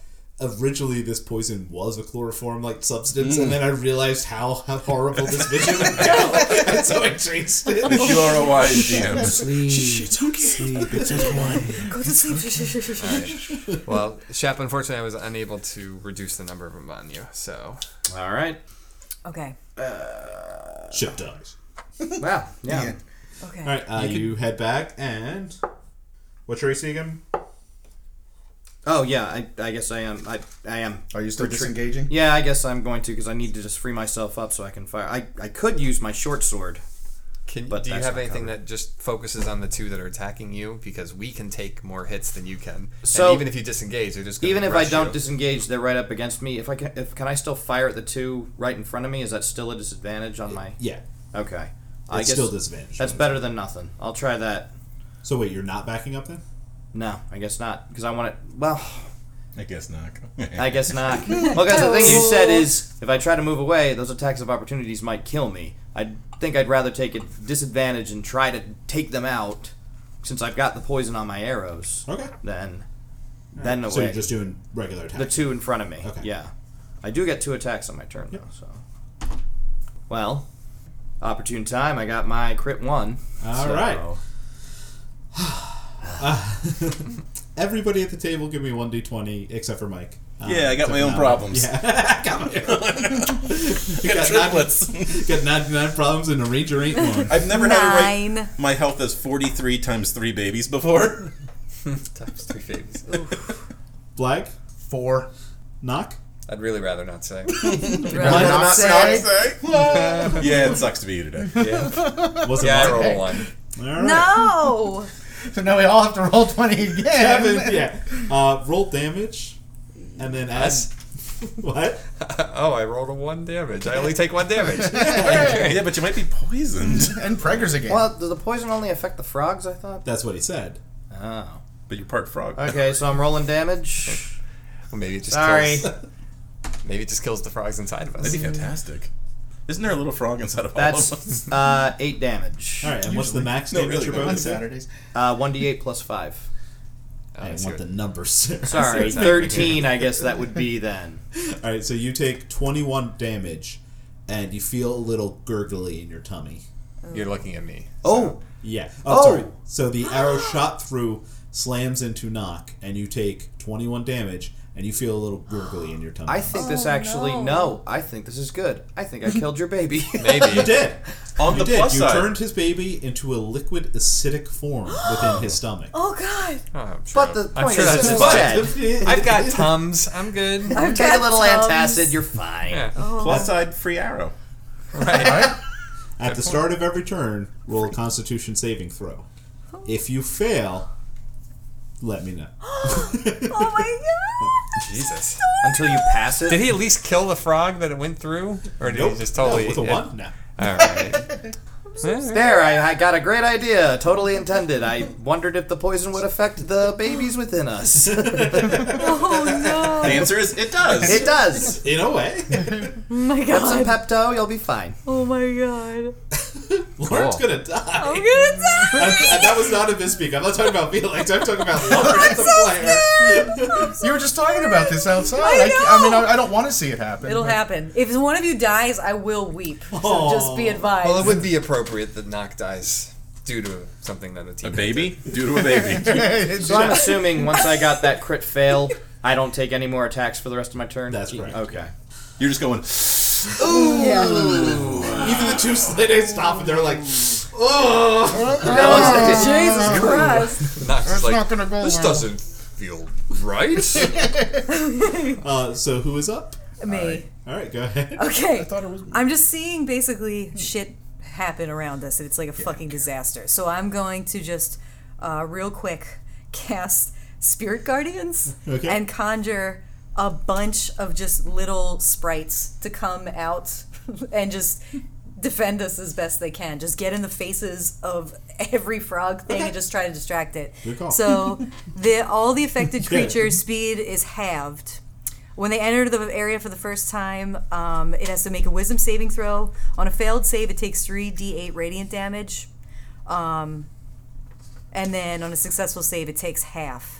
[SPEAKER 3] originally this poison was a chloroform like substance, and then I realized how, how horrible this vision would go, and so I changed it.
[SPEAKER 9] You are a wise DM.
[SPEAKER 8] Go to sleep. Shh, shh, shh, shh, shh.
[SPEAKER 2] Well, Shep, unfortunately, I was unable to reduce the number of them on you. So
[SPEAKER 1] All right.
[SPEAKER 8] Okay.
[SPEAKER 3] Ship dies.
[SPEAKER 1] Wow. Yeah.
[SPEAKER 8] Okay.
[SPEAKER 3] All right, uh, you, head back and what's your AC again?
[SPEAKER 1] Oh yeah. I, I guess I am. I, I am.
[SPEAKER 7] Are you still disengaging?
[SPEAKER 1] Yeah. I guess I'm going to because I need to just free myself up so I can fire. I, I could use my short sword.
[SPEAKER 2] Can,
[SPEAKER 1] But
[SPEAKER 2] do you
[SPEAKER 1] that's
[SPEAKER 2] have
[SPEAKER 1] not
[SPEAKER 2] anything
[SPEAKER 1] covered.
[SPEAKER 2] that just focuses on the two that are attacking you? Because we can take more hits than you can.
[SPEAKER 1] So-
[SPEAKER 2] and even if you disengage, they're just gonna
[SPEAKER 1] Even if I
[SPEAKER 2] rush
[SPEAKER 1] don't
[SPEAKER 2] you.
[SPEAKER 1] disengage, they're right up against me. If I can, if can I still fire at the two right in front of me? Is that still a disadvantage on my?
[SPEAKER 3] Yeah,
[SPEAKER 1] Okay. I
[SPEAKER 3] it's
[SPEAKER 1] guess
[SPEAKER 3] still disadvantage.
[SPEAKER 1] that's better than nothing. I'll try that.
[SPEAKER 3] So wait, you're not backing up then?
[SPEAKER 1] No, I guess not because I want it. Well,
[SPEAKER 9] I guess not.
[SPEAKER 1] I guess not. Well, guys, the thing you said is if I try to move away, those attacks of opportunities might kill me. I think I'd rather take a disadvantage and try to take them out, since I've got the poison on my arrows.
[SPEAKER 3] Okay.
[SPEAKER 1] Then, then
[SPEAKER 3] So
[SPEAKER 1] away.
[SPEAKER 3] you're just doing regular attack.
[SPEAKER 1] the two in front of me.
[SPEAKER 3] Okay.
[SPEAKER 1] Yeah, I do get two attacks on my turn though. So, well, opportune time. I got my crit one.
[SPEAKER 3] All
[SPEAKER 1] so-
[SPEAKER 3] right. Everybody at the table, give me one d20 except for Mike. Uh,
[SPEAKER 9] Yeah, I
[SPEAKER 3] except
[SPEAKER 9] got my
[SPEAKER 3] for
[SPEAKER 9] own
[SPEAKER 3] now.
[SPEAKER 9] problems.
[SPEAKER 3] Yeah,
[SPEAKER 9] I got triplets.
[SPEAKER 3] got 99 problems and a ranger ain't one.
[SPEAKER 9] I've never had a right.
[SPEAKER 5] Nine.
[SPEAKER 9] My health is 43 times three babies before.
[SPEAKER 2] Times three faves.
[SPEAKER 3] Black?
[SPEAKER 7] Four.
[SPEAKER 3] Knock?
[SPEAKER 2] I'd really rather not say.
[SPEAKER 9] Why
[SPEAKER 2] not
[SPEAKER 9] not
[SPEAKER 2] say?
[SPEAKER 9] say? yeah, it sucks to be you today.
[SPEAKER 3] Wasn't
[SPEAKER 2] yeah, I
[SPEAKER 3] Mark.
[SPEAKER 2] roll one.
[SPEAKER 3] All right.
[SPEAKER 5] No.
[SPEAKER 7] So now we all have to roll 20 again.
[SPEAKER 3] Seven, yeah. Uh, roll damage, and then add.
[SPEAKER 2] That's-
[SPEAKER 3] what?
[SPEAKER 2] Oh, I rolled a one damage. I only take one damage.
[SPEAKER 9] yeah, but you might be poisoned.
[SPEAKER 7] And preggers again.
[SPEAKER 1] Well, does the poison only affect the frogs? I thought.
[SPEAKER 3] That's what he said.
[SPEAKER 1] Oh.
[SPEAKER 9] But you're part frog.
[SPEAKER 1] Okay, so I'm rolling damage.
[SPEAKER 2] Well, maybe it just
[SPEAKER 1] Sorry.
[SPEAKER 2] kills. Maybe it just kills the frogs inside of us.
[SPEAKER 9] That'd be fantastic. Isn't there a little frog inside of all of us?
[SPEAKER 1] That's uh, eight damage.
[SPEAKER 3] All right, and what's the max
[SPEAKER 9] No,
[SPEAKER 3] damage
[SPEAKER 9] really,
[SPEAKER 3] you're
[SPEAKER 9] no,
[SPEAKER 3] bonus? at?
[SPEAKER 7] Saturdays.
[SPEAKER 1] Uh, 1d8 plus 5.
[SPEAKER 2] Oh,
[SPEAKER 3] I
[SPEAKER 2] let's
[SPEAKER 3] want
[SPEAKER 2] hear
[SPEAKER 3] the
[SPEAKER 2] it.
[SPEAKER 3] numbers.
[SPEAKER 1] Sorry, 13, I guess that would be then.
[SPEAKER 3] All right, so you take 21 damage, and you feel a little gurgly in your tummy.
[SPEAKER 2] You're looking at me.
[SPEAKER 1] Oh,
[SPEAKER 3] Yeah.
[SPEAKER 1] Oh!
[SPEAKER 3] Oh, sorry. So the arrow shot through slams into Knock, and you take 21 damage, and you feel a little gurgly in your tummy.
[SPEAKER 1] I think this actually, no.
[SPEAKER 5] no.
[SPEAKER 1] I think this is good. I think I killed your baby.
[SPEAKER 2] Maybe.
[SPEAKER 3] you did.
[SPEAKER 9] On
[SPEAKER 3] You
[SPEAKER 9] the
[SPEAKER 3] did.
[SPEAKER 9] plus
[SPEAKER 3] you
[SPEAKER 9] side,
[SPEAKER 3] turned his baby into a liquid acidic form within his stomach.
[SPEAKER 5] Oh God.
[SPEAKER 2] Oh, I'm sure
[SPEAKER 1] But the
[SPEAKER 2] I'm
[SPEAKER 1] point
[SPEAKER 2] sure
[SPEAKER 1] is,
[SPEAKER 2] that's
[SPEAKER 1] it's
[SPEAKER 2] fine.
[SPEAKER 1] dead.
[SPEAKER 2] I've got tums. I'm good.
[SPEAKER 5] I've
[SPEAKER 1] Take a
[SPEAKER 5] got
[SPEAKER 1] little
[SPEAKER 5] tums.
[SPEAKER 1] antacid, you're fine.
[SPEAKER 2] Yeah.
[SPEAKER 9] plus side, free arrow.
[SPEAKER 2] Right.
[SPEAKER 3] At the start of every turn, roll a Constitution saving throw. If you fail, let me know.
[SPEAKER 5] Oh my God.
[SPEAKER 2] Jesus.
[SPEAKER 1] Until you pass it.
[SPEAKER 2] Did he at least kill the frog that it went through, or did he just totally?
[SPEAKER 3] no, with a
[SPEAKER 2] yeah.
[SPEAKER 3] one, no.
[SPEAKER 2] All right.
[SPEAKER 1] There, I, I got a great idea. Totally intended. I wondered if the poison would affect the babies within us.
[SPEAKER 9] The answer is it does.
[SPEAKER 1] It does.
[SPEAKER 3] In a way,
[SPEAKER 5] Oh my God.
[SPEAKER 1] Some Pepto, you'll be fine.
[SPEAKER 5] oh my God.
[SPEAKER 3] Lauren's
[SPEAKER 2] Cool.
[SPEAKER 3] gonna die.
[SPEAKER 5] I'm gonna die.
[SPEAKER 3] And- and that was not a misspeak. I'm not talking about feelings. I'm talking about Lauren the player.
[SPEAKER 7] You were just talking about this outside.
[SPEAKER 5] I
[SPEAKER 7] I, ca- I mean, I, I don't want to see it happen.
[SPEAKER 5] It'll
[SPEAKER 7] but-
[SPEAKER 5] happen. If one of you dies, I will weep. So just be advised.
[SPEAKER 2] Well, it would be appropriate that Knock dies due to something that a
[SPEAKER 9] A
[SPEAKER 2] team.
[SPEAKER 9] baby? Due to a baby.
[SPEAKER 7] It's
[SPEAKER 1] So I'm assuming once I got that crit fail, I don't take any more attacks for the rest of my turn.
[SPEAKER 3] That's correct.
[SPEAKER 1] Okay.
[SPEAKER 9] You're just going,
[SPEAKER 3] Even the two slid stop, and they're like, "Oh,
[SPEAKER 5] Jesus Christ.
[SPEAKER 2] Knox is
[SPEAKER 7] That's
[SPEAKER 2] like,
[SPEAKER 7] not gonna go
[SPEAKER 2] this
[SPEAKER 7] well."
[SPEAKER 2] doesn't feel right.
[SPEAKER 3] Uh, so who is up?
[SPEAKER 5] Me.
[SPEAKER 3] All right, go ahead.
[SPEAKER 5] Okay. I
[SPEAKER 7] thought it was me.
[SPEAKER 5] am just seeing basically shit happen around us, and it's like a fucking disaster. So I'm going to just, uh, real quick, cast Spirit Guardians
[SPEAKER 3] Okay.
[SPEAKER 5] and conjure a bunch of just little sprites to come out and just defend us as best they can. Just get in the faces of every frog thing and just try to distract it.
[SPEAKER 3] Good call.
[SPEAKER 5] So the all the affected
[SPEAKER 3] Good.
[SPEAKER 5] creatures' speed is halved. When they enter the area for the first time, um, it has to make a wisdom saving throw. On a failed save, it takes 3d8 radiant damage. Um, and then on a successful save, it takes half.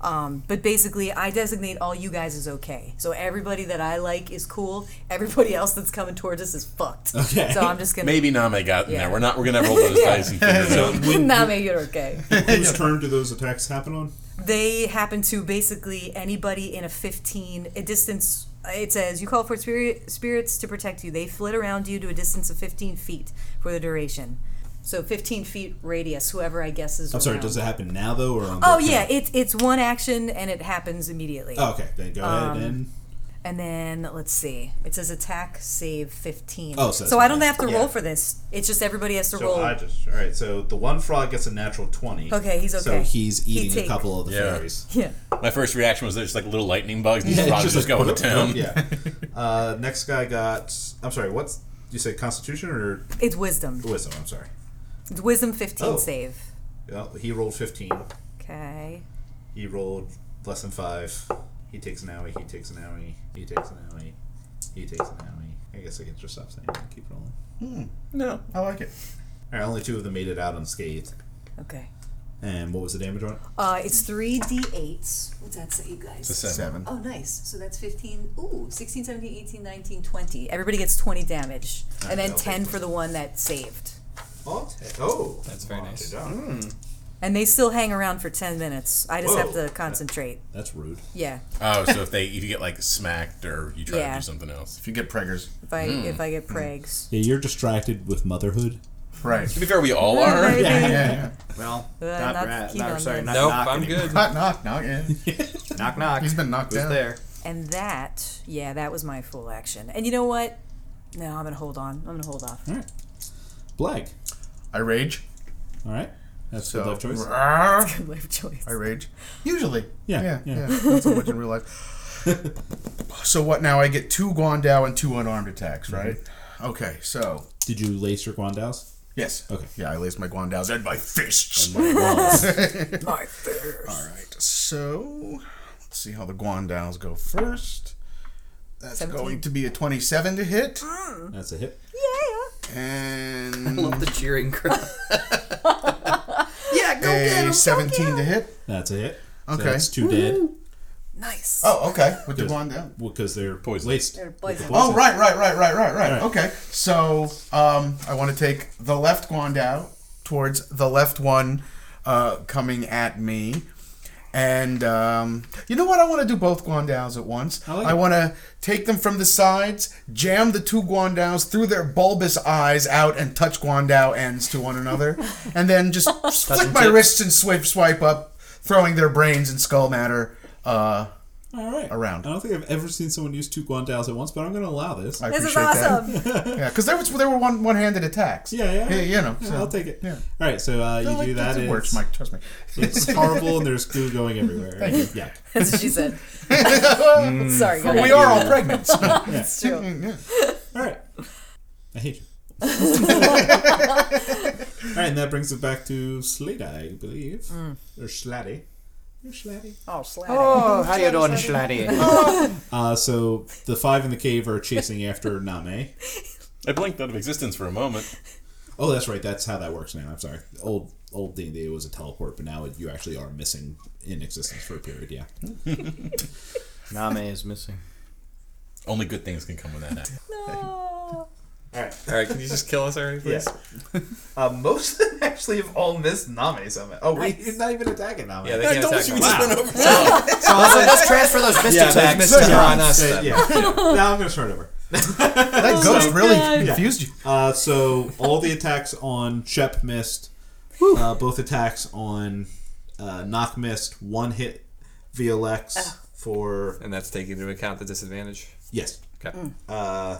[SPEAKER 5] Um, but basically, I designate all you guys as okay. So everybody that I like is cool. Everybody else that's coming towards us is fucked.
[SPEAKER 3] Okay.
[SPEAKER 5] So I'm just gonna
[SPEAKER 9] maybe Name got in
[SPEAKER 5] Yeah.
[SPEAKER 9] there. We're not. We're gonna roll those dice and figure it out.
[SPEAKER 5] not make it okay.
[SPEAKER 3] Whose turn do those attacks happen on?
[SPEAKER 5] they happen to basically anybody in a 15 a distance it says you call for spirit, spirits to protect you they flit around you to a distance of 15 feet for the duration so 15 feet radius whoever i guess is
[SPEAKER 3] I'm sorry.
[SPEAKER 5] around.
[SPEAKER 3] Does it happen now though, or on?
[SPEAKER 5] oh
[SPEAKER 3] their
[SPEAKER 5] yeah
[SPEAKER 3] turn?
[SPEAKER 5] it, it's one action and it happens immediately
[SPEAKER 3] Oh, okay, then go
[SPEAKER 5] Um,
[SPEAKER 3] ahead and.
[SPEAKER 5] and then let's see it says attack save 15
[SPEAKER 3] Oh, so that's
[SPEAKER 5] i don't
[SPEAKER 3] nice.
[SPEAKER 5] have to
[SPEAKER 3] Yeah.
[SPEAKER 5] roll for this it's just everybody has to
[SPEAKER 3] So
[SPEAKER 5] roll
[SPEAKER 3] I just all right. So the one frog gets a natural twenty.
[SPEAKER 5] Okay, he's
[SPEAKER 3] So
[SPEAKER 5] okay.
[SPEAKER 3] he's
[SPEAKER 5] He
[SPEAKER 3] eating a
[SPEAKER 5] take-
[SPEAKER 3] couple of the
[SPEAKER 9] Yeah.
[SPEAKER 3] fairies.
[SPEAKER 5] yeah
[SPEAKER 9] My first reaction was there's like little lightning bugs and these
[SPEAKER 3] Yeah,
[SPEAKER 9] frogs
[SPEAKER 3] it's
[SPEAKER 9] just,
[SPEAKER 3] like,
[SPEAKER 9] going to town.
[SPEAKER 3] Yeah. Uh, next guy got. I'm sorry. What's you say? Constitution or
[SPEAKER 5] it's wisdom
[SPEAKER 3] wisdom? I'm sorry.
[SPEAKER 5] it's wisdom 15
[SPEAKER 3] Oh.
[SPEAKER 5] save
[SPEAKER 3] Well, he rolled 15.
[SPEAKER 5] okay
[SPEAKER 3] He rolled less than five. He takes an owie. He takes an owie. He takes an owie. He takes an owie. I guess I can just stop saying that. and Keep rolling.
[SPEAKER 9] Hmm. No.
[SPEAKER 7] I like it.
[SPEAKER 3] All right, only two of them made it out unscathed.
[SPEAKER 5] okay
[SPEAKER 3] And what was the damage on it?
[SPEAKER 5] Uh, it's three d8s. What's that say, you guys?
[SPEAKER 9] It's a seven.
[SPEAKER 7] Seven.
[SPEAKER 5] Oh, nice. So that's 15, ooh, 16, 17, 18, 19, 20. Everybody gets 20 damage. and then
[SPEAKER 3] I'll
[SPEAKER 5] 10 for the one that saved.
[SPEAKER 3] Oh, oh.
[SPEAKER 2] That's very nice.
[SPEAKER 3] Mm,
[SPEAKER 5] And they still hang around for 10 minutes. I just have
[SPEAKER 3] Whoa.
[SPEAKER 5] to concentrate.
[SPEAKER 3] That's rude.
[SPEAKER 5] Yeah.
[SPEAKER 9] Oh, so if they if you get like smacked or you try
[SPEAKER 5] Yeah.
[SPEAKER 9] to do something else.
[SPEAKER 3] Hmm.
[SPEAKER 7] If you get preggers,
[SPEAKER 5] If I if I get pregs.
[SPEAKER 3] Yeah, you're distracted with motherhood.
[SPEAKER 7] Right.
[SPEAKER 9] To be fair, we all
[SPEAKER 3] Hmm.
[SPEAKER 9] are.
[SPEAKER 5] Maybe.
[SPEAKER 7] Yeah, yeah,
[SPEAKER 10] Well,
[SPEAKER 5] Uh,
[SPEAKER 10] not
[SPEAKER 5] not
[SPEAKER 10] rat.
[SPEAKER 5] keen
[SPEAKER 10] Not,
[SPEAKER 5] on
[SPEAKER 10] sorry,
[SPEAKER 5] this.
[SPEAKER 10] not
[SPEAKER 2] Nope,
[SPEAKER 10] knock
[SPEAKER 2] I'm
[SPEAKER 10] anymore.
[SPEAKER 2] good.
[SPEAKER 7] yeah. Knock, knock, knock. Yeah.
[SPEAKER 10] Knock, knock.
[SPEAKER 7] He's been knocked
[SPEAKER 10] Who's
[SPEAKER 7] down.
[SPEAKER 10] there?
[SPEAKER 5] And that, yeah, that was my full action. And you know what? No, I'm gonna hold on. I'm gonna hold off.
[SPEAKER 3] Black.
[SPEAKER 7] I rage.
[SPEAKER 3] All right. That's
[SPEAKER 7] So
[SPEAKER 3] good life choice.
[SPEAKER 7] Rawr.
[SPEAKER 5] Good life choice.
[SPEAKER 7] I rage. Usually.
[SPEAKER 3] Yeah,
[SPEAKER 7] Yeah.
[SPEAKER 3] yeah.
[SPEAKER 7] Yeah. Not so much in real life. so what now? I get two Guandao and two unarmed attacks,
[SPEAKER 3] Mm-hmm.
[SPEAKER 7] right? Okay. So
[SPEAKER 3] Did you lace your guandaos?
[SPEAKER 7] yes.
[SPEAKER 3] Okay. Um,
[SPEAKER 7] Yeah, I laced my Guandaos and my fists.
[SPEAKER 5] My first.
[SPEAKER 7] All right. So let's see how the Guandaos go first. That's
[SPEAKER 5] 17.
[SPEAKER 7] going to be a 27 to hit,
[SPEAKER 3] That's a hit.
[SPEAKER 7] and
[SPEAKER 1] Love the cheering crowd.
[SPEAKER 7] a 17 to hit.
[SPEAKER 3] That's a hit.
[SPEAKER 7] Okay.
[SPEAKER 3] So that's two dead
[SPEAKER 5] Nice.
[SPEAKER 7] Oh, okay. With the
[SPEAKER 3] Good.
[SPEAKER 7] Guandao.
[SPEAKER 3] because they're poison. laced.
[SPEAKER 5] They're poison.
[SPEAKER 7] Oh, right, right, right, right, right,
[SPEAKER 3] Alright.
[SPEAKER 7] right. Okay. So um, I want to take the left Guandao towards the left one uh, coming at me. And um, you know what? I want to do both Guandaos at once. I,
[SPEAKER 3] like it.
[SPEAKER 7] want to take them from the sides, jam the two Guandaos through their bulbous eyes out, and touch Guandao ends to one another. and then just flick my
[SPEAKER 1] tips.
[SPEAKER 7] wrists and swipe, swipe up, throwing their brains and skull matter. Uh,
[SPEAKER 3] All right.
[SPEAKER 7] Around.
[SPEAKER 3] I don't think I've ever seen someone use two guandaos at once, but I'm going to allow this.
[SPEAKER 7] I
[SPEAKER 5] This is
[SPEAKER 7] appreciate that.
[SPEAKER 5] awesome.
[SPEAKER 7] Yeah, because there was there were one one handed attacks.
[SPEAKER 3] yeah, yeah,
[SPEAKER 7] yeah, you know.
[SPEAKER 3] Yeah,
[SPEAKER 7] so.
[SPEAKER 3] I'll take it.
[SPEAKER 7] Yeah.
[SPEAKER 3] All right, so uh, you
[SPEAKER 7] No,
[SPEAKER 3] do
[SPEAKER 7] like,
[SPEAKER 3] that.
[SPEAKER 7] It
[SPEAKER 3] it's-
[SPEAKER 7] works, Mike. Trust me.
[SPEAKER 3] It's horrible, and there's goo going everywhere. Yeah.
[SPEAKER 5] That's what she said. Sorry, go
[SPEAKER 7] we
[SPEAKER 5] ahead.
[SPEAKER 7] are all pregnant. so-
[SPEAKER 5] It's true.
[SPEAKER 7] Mm, yeah.
[SPEAKER 3] Mm-hmm, All right. I hate you. All right, and that brings it back to Slade, I believe, or Schlatty. You're Schlatty.
[SPEAKER 5] Mm. Oh, slap.
[SPEAKER 1] Oh, how you doing, Schlatty?
[SPEAKER 3] Uh, so the five in the cave are chasing after Name.
[SPEAKER 9] I blinked out of existence for a moment.
[SPEAKER 3] Oh, that's right. That's how that works now. I'm sorry. Old old D and D was a teleport, but now you actually are missing in existence for a period. Yeah.
[SPEAKER 1] Name is missing.
[SPEAKER 9] Only good things can come of that.
[SPEAKER 5] No.
[SPEAKER 2] All right, can you just kill us already, please?
[SPEAKER 10] Uh, most of them actually have all missed Name somehow. Oh, wait.
[SPEAKER 3] It's not even attacking Name.
[SPEAKER 2] Yeah, they
[SPEAKER 9] I
[SPEAKER 2] can't
[SPEAKER 9] told
[SPEAKER 2] attack
[SPEAKER 9] you
[SPEAKER 2] us.
[SPEAKER 9] we just went over.
[SPEAKER 1] So also, let's transfer those missed
[SPEAKER 2] Yeah, they
[SPEAKER 1] attacks.
[SPEAKER 2] missed it on us.
[SPEAKER 3] Yeah.
[SPEAKER 2] then.
[SPEAKER 3] now I'm gonna start over.
[SPEAKER 7] That ghost really confused you.
[SPEAKER 3] Uh, so all the attacks on Shep missed. Uh, both attacks on uh, Knock missed. One hit Violex for
[SPEAKER 2] And that's taking into account the disadvantage.
[SPEAKER 3] yes.
[SPEAKER 2] Okay.
[SPEAKER 3] Uh,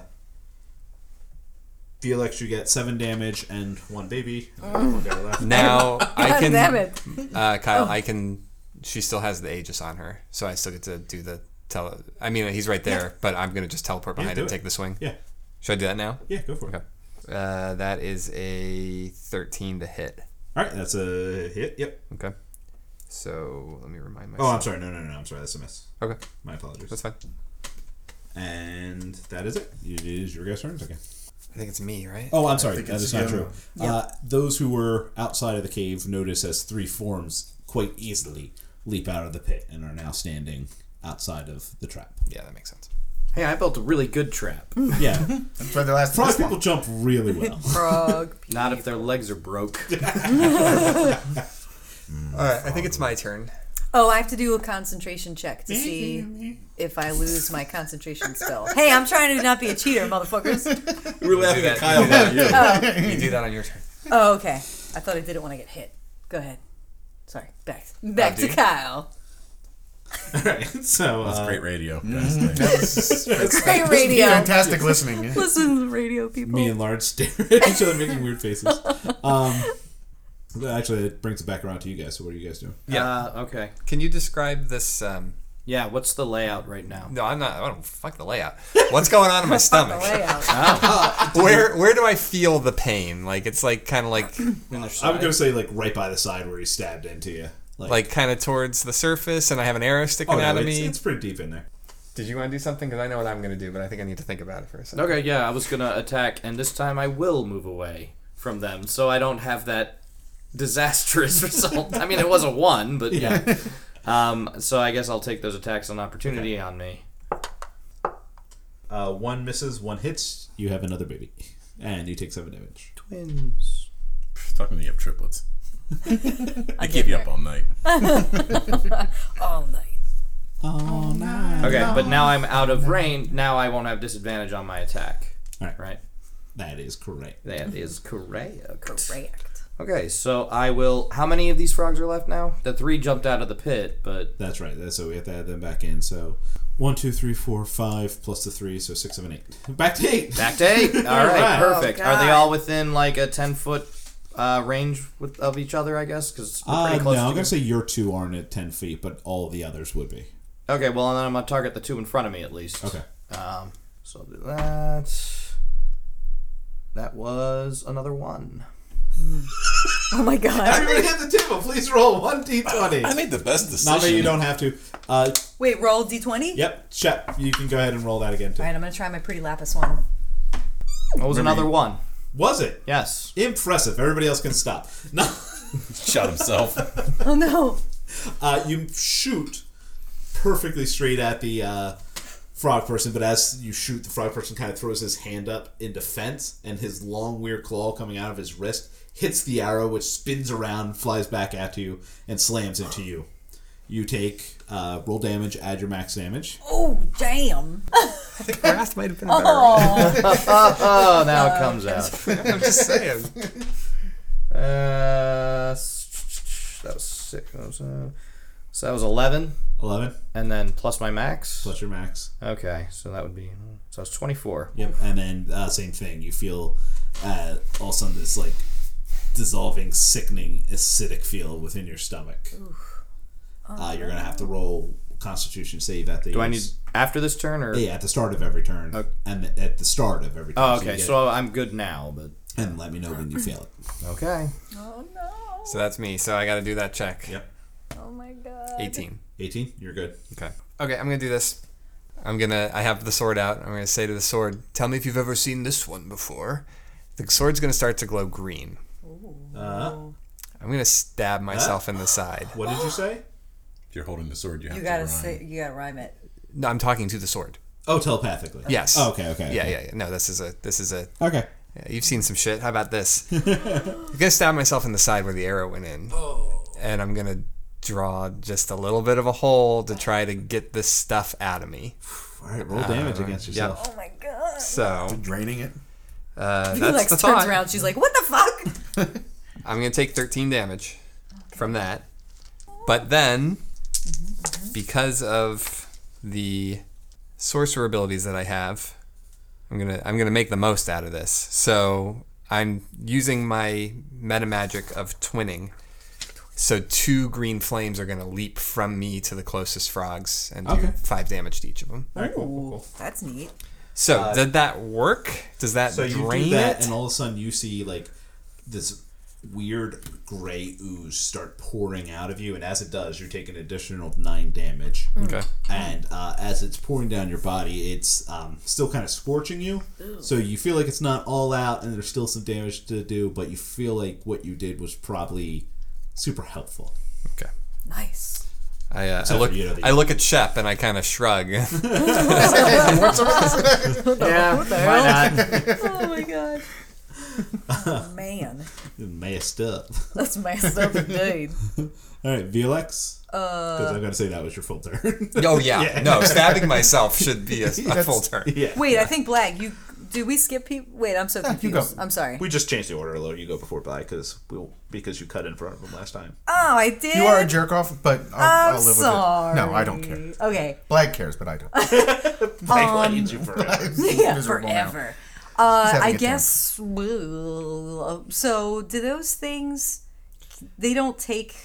[SPEAKER 3] Violex, you get seven damage and one baby. One guy left.
[SPEAKER 2] Now I can.
[SPEAKER 5] Damn it. Oh.
[SPEAKER 2] Uh, Kyle, I can. She still has the Aegis on her, so I still get to do the tele. I mean, he's right there, but I'm gonna just teleport behind
[SPEAKER 3] do
[SPEAKER 2] and
[SPEAKER 3] it.
[SPEAKER 2] take the swing.
[SPEAKER 3] Yeah,
[SPEAKER 2] Should I do that now?
[SPEAKER 3] yeah, go for it.
[SPEAKER 2] Okay. Uh, that is a 13 to hit.
[SPEAKER 3] All right, that's a hit. Yep.
[SPEAKER 2] Okay. So let me remind
[SPEAKER 3] Oh, I'm
[SPEAKER 2] myself.
[SPEAKER 3] sorry. No, no, no. I'm sorry. That's a miss.
[SPEAKER 2] okay,
[SPEAKER 3] My apologies.
[SPEAKER 2] that's fine.
[SPEAKER 3] And that is it. It is your guys' turns again.
[SPEAKER 2] I think it's me, right?
[SPEAKER 3] Oh, I'm sorry. That
[SPEAKER 7] it's
[SPEAKER 3] is not
[SPEAKER 7] you.
[SPEAKER 3] true. Uh, those who were outside of the cave notice as three forms quite easily leap out of the pit and are now standing outside of the trap.
[SPEAKER 2] Yeah, that makes sense.
[SPEAKER 1] Hey, I built a really good trap.
[SPEAKER 3] Yeah.
[SPEAKER 7] That's why the last
[SPEAKER 3] Frog
[SPEAKER 7] this one.
[SPEAKER 3] people jump really well.
[SPEAKER 5] Frog.
[SPEAKER 1] Not if their legs are broke.
[SPEAKER 2] All right, I think it's my turn.
[SPEAKER 5] Oh, I have to do a concentration check to see if I lose my concentration spell. Hey, I'm trying to not be a cheater, motherfuckers.
[SPEAKER 9] We were laughing
[SPEAKER 2] do that.
[SPEAKER 9] at Kyle. not you.
[SPEAKER 2] You do that on your turn.
[SPEAKER 5] Oh, okay. I thought I didn't want to get hit. Go ahead. Sorry. Back back
[SPEAKER 2] Oh,
[SPEAKER 5] to
[SPEAKER 2] dude.
[SPEAKER 5] Kyle.
[SPEAKER 3] right. So, uh,
[SPEAKER 9] Great radio. Nice thing.
[SPEAKER 5] Great radio.
[SPEAKER 7] Fantastic listening. yeah.
[SPEAKER 5] Listen to the radio, people.
[SPEAKER 3] me and Lard stare at each other, making weird faces. Um, but actually, it brings it back around to you guys. So, what are you guys doing?
[SPEAKER 1] Yeah. Uh, okay.
[SPEAKER 2] Can you describe this? Um,
[SPEAKER 1] Yeah. What's the layout right now?
[SPEAKER 2] no, I'm not. I don't fuck the layout. What's going on in my stomach?
[SPEAKER 5] Layout.
[SPEAKER 2] Where where do I feel the pain? Like it's like kind of like
[SPEAKER 3] I would go say like right by the side where he stabbed into you.
[SPEAKER 2] like kind of towards the surface, and I have an arrow sticking
[SPEAKER 3] oh, no,
[SPEAKER 2] out of
[SPEAKER 3] it's,
[SPEAKER 2] me.
[SPEAKER 3] it's pretty deep in there.
[SPEAKER 2] Did you want to do something? Because I know what I'm gonna do, but I think I need to think about it for a second.
[SPEAKER 1] Okay. Yeah, I was gonna attack, and this time I will move away from them, so I don't have that disastrous result. I mean, it was a one, but yeah. Um, so I guess I'll take those attacks on opportunity on me.
[SPEAKER 3] Uh, one misses, one hits. You have another baby, and you take seven damage.
[SPEAKER 1] Twins.
[SPEAKER 9] Talking to you have triplets. they
[SPEAKER 5] get
[SPEAKER 9] keep you
[SPEAKER 5] there.
[SPEAKER 9] up all night.
[SPEAKER 5] All night.
[SPEAKER 3] Oh no!
[SPEAKER 1] Okay, but now I'm out of range. Now I won't have disadvantage on my attack.
[SPEAKER 3] All right.
[SPEAKER 1] Right.
[SPEAKER 3] That is correct.
[SPEAKER 1] That is correct.
[SPEAKER 5] Correct.
[SPEAKER 1] Okay, so I will. How many of these frogs are left now? The three jumped out of the pit, but
[SPEAKER 3] That's right. That's, so we have to add them back in. So one, two, three, four, five plus the three, so six, seven, eight. Back to eight.
[SPEAKER 1] back to eight. All right,
[SPEAKER 3] Right.
[SPEAKER 1] perfect.
[SPEAKER 5] Oh,
[SPEAKER 1] are they
[SPEAKER 5] God.
[SPEAKER 1] all within like a ten foot uh, range with, of each other? I guess because we're
[SPEAKER 3] Uh,
[SPEAKER 1] pretty
[SPEAKER 3] no,
[SPEAKER 1] close.
[SPEAKER 3] I'm
[SPEAKER 1] to
[SPEAKER 3] gonna say your two aren't at ten feet, but all the others would be.
[SPEAKER 1] Okay, well then I'm gonna target the two in front of me at least.
[SPEAKER 3] Okay.
[SPEAKER 1] Um, so I'll do that. That was another one.
[SPEAKER 5] Oh my god.
[SPEAKER 11] Everybody at the table, please roll one
[SPEAKER 9] I
[SPEAKER 11] d20.
[SPEAKER 9] made the best decision.
[SPEAKER 3] Not that you don't have to. Uh,
[SPEAKER 5] Wait, roll d20?
[SPEAKER 3] yep, Shep, you can go ahead and roll that again too.
[SPEAKER 5] Alright, I'm gonna try my pretty lapis one.
[SPEAKER 1] That was another one.
[SPEAKER 3] Was it
[SPEAKER 1] Yes.
[SPEAKER 3] impressive? Everybody else can stop. No.
[SPEAKER 9] shot himself.
[SPEAKER 5] Oh no.
[SPEAKER 3] Uh, you shoot perfectly straight at the uh, frog person, but as you shoot, the frog person kind of throws his hand up in defense, and his long, weird claw coming out of his wrist hits the arrow, which spins around, flies back at you, and slams into you. You take uh, roll damage, add your max damage.
[SPEAKER 5] Oh damn.
[SPEAKER 2] Wrath might have been better.
[SPEAKER 1] Oh, now it comes out.
[SPEAKER 2] I'm just saying.
[SPEAKER 1] Uh, s- that was six. that was, uh, So that was eleven,
[SPEAKER 3] 11
[SPEAKER 1] and then plus my max.
[SPEAKER 3] plus your max.
[SPEAKER 1] Okay, so that would be so it's twenty four.
[SPEAKER 3] Yep. And then uh, same thing. You feel uh, all of a sudden this like dissolving, sickening, acidic feel within your stomach. Uh, you're gonna have to roll Constitution save at the.
[SPEAKER 1] Do I need after this turn or?
[SPEAKER 3] Yeah, at the start of every turn, and at the start of every. turn.
[SPEAKER 1] Oh,
[SPEAKER 3] so you
[SPEAKER 1] okay.
[SPEAKER 3] get
[SPEAKER 1] So I'm good now, but
[SPEAKER 3] it, and let me know when you fail it.
[SPEAKER 1] okay.
[SPEAKER 2] So that's me. So I got to do that check.
[SPEAKER 3] Yep.
[SPEAKER 5] Oh my god.
[SPEAKER 2] 18.
[SPEAKER 3] 18. You're good.
[SPEAKER 2] Okay. Okay, I'm going to do this. I'm going to I have the sword out. I'm going to say to the sword, "Tell me if you've ever seen this one before." The sword's going to start to glow green.
[SPEAKER 3] Uh,
[SPEAKER 2] I'm going to stab myself in the side.
[SPEAKER 3] what did you say?
[SPEAKER 9] If you're holding the sword, you have
[SPEAKER 5] You
[SPEAKER 9] to
[SPEAKER 5] gotta
[SPEAKER 9] rhyme.
[SPEAKER 5] say you gotta rhyme it.
[SPEAKER 2] No, I'm talking to the sword.
[SPEAKER 3] Oh, telepathically.
[SPEAKER 2] Yes.
[SPEAKER 3] Oh, okay. Okay.
[SPEAKER 2] Yeah,
[SPEAKER 3] okay.
[SPEAKER 2] yeah, yeah. No, this is a this is a
[SPEAKER 3] Okay.
[SPEAKER 2] Yeah, you've seen some shit. How about this? I'm gonna stab myself in the side where the arrow went in, and I'm gonna draw just a little bit of a hole to try to get this stuff out of me.
[SPEAKER 3] All right. Roll damage against yourself.
[SPEAKER 5] Oh my god.
[SPEAKER 2] So
[SPEAKER 7] Draining it.
[SPEAKER 2] uh,
[SPEAKER 5] She like
[SPEAKER 2] that's the
[SPEAKER 5] turns
[SPEAKER 2] thought.
[SPEAKER 5] around, she's like, What the fuck?
[SPEAKER 2] I'm gonna take 13 damage from that, but then because of the sorcerer abilities that I have, I'm gonna I'm gonna make the most out of this. So I'm using my meta magic of twinning. So two green flames are gonna leap from me to the closest frogs and do
[SPEAKER 3] Okay.
[SPEAKER 2] five damage to each of them.
[SPEAKER 3] All right. Cool. cool, cool.
[SPEAKER 5] That's neat.
[SPEAKER 2] So did that work? Does that
[SPEAKER 3] Uh, So you
[SPEAKER 2] drain
[SPEAKER 3] do that,
[SPEAKER 2] it?
[SPEAKER 3] and all of a sudden you see like this weird gray ooze start pouring out of you, and as it does, you take an additional nine damage.
[SPEAKER 2] okay.
[SPEAKER 3] And uh, as it's pouring down your body, it's um, still kind of scorching you. So you feel like it's not all out, and there's still some damage to do, but you feel like what you did was probably super helpful.
[SPEAKER 2] Okay.
[SPEAKER 5] Nice.
[SPEAKER 2] I, uh, I
[SPEAKER 3] for
[SPEAKER 2] look.
[SPEAKER 3] you, the-
[SPEAKER 2] I look at Shep and I kind of shrug.
[SPEAKER 1] Yeah. Why not?
[SPEAKER 5] Oh my god. Oh, man.
[SPEAKER 3] You Messed up.
[SPEAKER 5] That's messed up indeed.
[SPEAKER 3] all right, VLX. Because I'm gonna say that was your full turn.
[SPEAKER 2] Oh yeah. no, stabbing myself should be a, a full turn.
[SPEAKER 3] yeah.
[SPEAKER 5] Wait, I think Black, you did we skip people? Wait, I'm so
[SPEAKER 7] you
[SPEAKER 5] confused.
[SPEAKER 7] go.
[SPEAKER 5] I'm sorry.
[SPEAKER 3] We just changed the order a little. You go before Black because we'll because you cut in front of him last time.
[SPEAKER 5] oh, I did.
[SPEAKER 7] You are a jerk off, but I'll,
[SPEAKER 5] I'm
[SPEAKER 7] I'll live
[SPEAKER 5] sorry.
[SPEAKER 7] with it. No, I don't care.
[SPEAKER 5] Okay.
[SPEAKER 7] Black cares, but I don't.
[SPEAKER 3] Black
[SPEAKER 5] Um,
[SPEAKER 3] leads you forever.
[SPEAKER 5] Yeah,
[SPEAKER 7] miserable now.
[SPEAKER 5] forever. Uh,
[SPEAKER 7] having a
[SPEAKER 5] I
[SPEAKER 7] good
[SPEAKER 5] guess. well, So, do those things? They don't take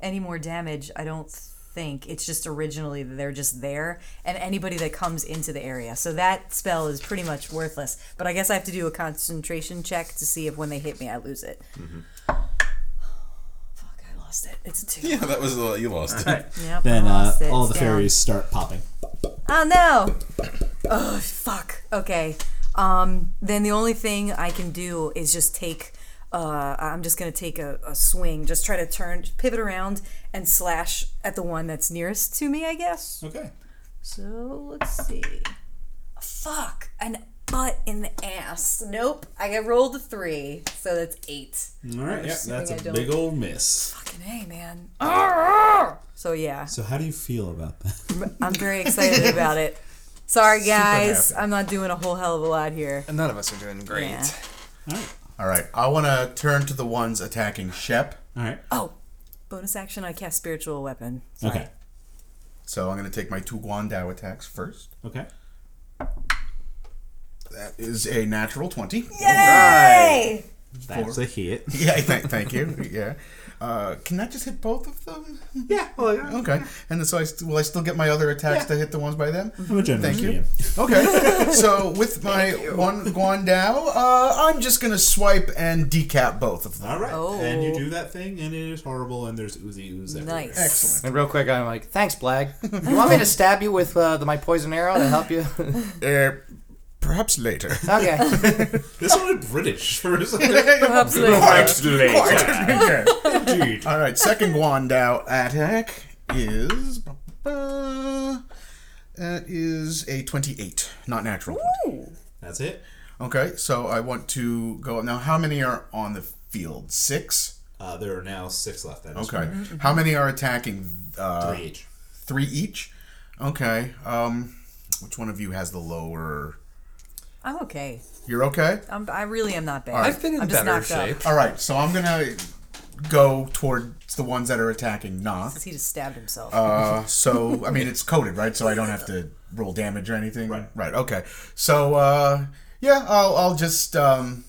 [SPEAKER 5] any more damage. I don't think it's just originally they're just there, and anybody that comes into the area. So that spell is pretty much worthless. But I guess I have to do a concentration check to see if when they hit me, I lose it.
[SPEAKER 7] Mm-hmm.
[SPEAKER 5] Fuck, I lost it. It's a two.
[SPEAKER 9] Yeah, that was uh, you lost. it.
[SPEAKER 5] Yep,
[SPEAKER 3] Then
[SPEAKER 5] I
[SPEAKER 3] uh,
[SPEAKER 5] lost it.
[SPEAKER 3] all
[SPEAKER 5] It's
[SPEAKER 3] the
[SPEAKER 5] down.
[SPEAKER 3] fairies start popping.
[SPEAKER 5] Oh no! Oh fuck. Okay. Um, then the only thing I can do is just take. Uh, I'm just gonna take a, a swing. Just try to turn, pivot around, and slash at the one that's nearest to me. I guess.
[SPEAKER 3] Okay.
[SPEAKER 5] So let's see. Fuck. An butt in the ass. Nope. I got rolled a three, so that's eight.
[SPEAKER 3] All right. Yep. That's
[SPEAKER 5] I
[SPEAKER 3] a
[SPEAKER 5] don't-
[SPEAKER 3] big old miss.
[SPEAKER 5] Fucking hey, man. Arrgh! So yeah,
[SPEAKER 3] So how do you feel about that?
[SPEAKER 5] I'm very excited about it. Sorry, guys.
[SPEAKER 7] happy.
[SPEAKER 5] I'm not doing a whole hell of a lot here.
[SPEAKER 2] And none of us are doing great.
[SPEAKER 5] Yeah.
[SPEAKER 7] All right, I want to turn to the ones attacking Shep.
[SPEAKER 3] All right.
[SPEAKER 5] Oh, bonus action. I cast spiritual weapon.
[SPEAKER 3] Okay.
[SPEAKER 7] So I'm going to take my two Guandao attacks first.
[SPEAKER 3] Okay.
[SPEAKER 7] That is a natural 20.
[SPEAKER 5] Yay!
[SPEAKER 3] That's a hit.
[SPEAKER 7] Yeah, th- thank you. Yeah. Uh, can I just hit both of them?
[SPEAKER 3] Yeah. Well, yeah.
[SPEAKER 7] Okay. And so I st- will I still get my other attacks to hit the ones by
[SPEAKER 5] Mm-hmm.
[SPEAKER 7] them?
[SPEAKER 3] I'm a generous
[SPEAKER 7] Thank you.
[SPEAKER 3] man.
[SPEAKER 7] Okay. so with my one Guandao, uh, I'm just going to swipe and decap both of them.
[SPEAKER 3] All right.
[SPEAKER 5] Oh.
[SPEAKER 3] And you do that thing, and it is horrible, and there's oozy ooze everywhere.
[SPEAKER 5] Nice.
[SPEAKER 7] Excellent.
[SPEAKER 1] And real quick, I'm like, thanks, Blag. You want me to stab you with uh, the, my poison arrow to help you?
[SPEAKER 7] Uh, perhaps later.
[SPEAKER 1] okay.
[SPEAKER 3] This sounded British for a second.
[SPEAKER 5] Perhaps later.
[SPEAKER 7] Okay. All right, second Guandao attack is. That is a 28, not natural. 20.
[SPEAKER 3] That's it.
[SPEAKER 7] Okay, so I want to go. Now, how many are on the field? Six?
[SPEAKER 3] Uh, there are now six left. That is
[SPEAKER 7] Okay. How many are attacking? Uh,
[SPEAKER 3] Three each.
[SPEAKER 7] Three each? Okay. Um, which one of you has the lower.
[SPEAKER 5] I'm okay.
[SPEAKER 7] You're okay?
[SPEAKER 5] I'm, I really am not bad.
[SPEAKER 2] I've been in
[SPEAKER 5] I'm just
[SPEAKER 2] better
[SPEAKER 5] knocked up.
[SPEAKER 2] shape.
[SPEAKER 7] All right, so I'm going to go towards the ones that are attacking Nah.
[SPEAKER 5] 'Cause He just stabbed himself.
[SPEAKER 7] Uh, so I mean, it's coded, right? So I don't have to roll damage or anything. Right. Right. Okay. So uh, yeah, I'll I'll just um,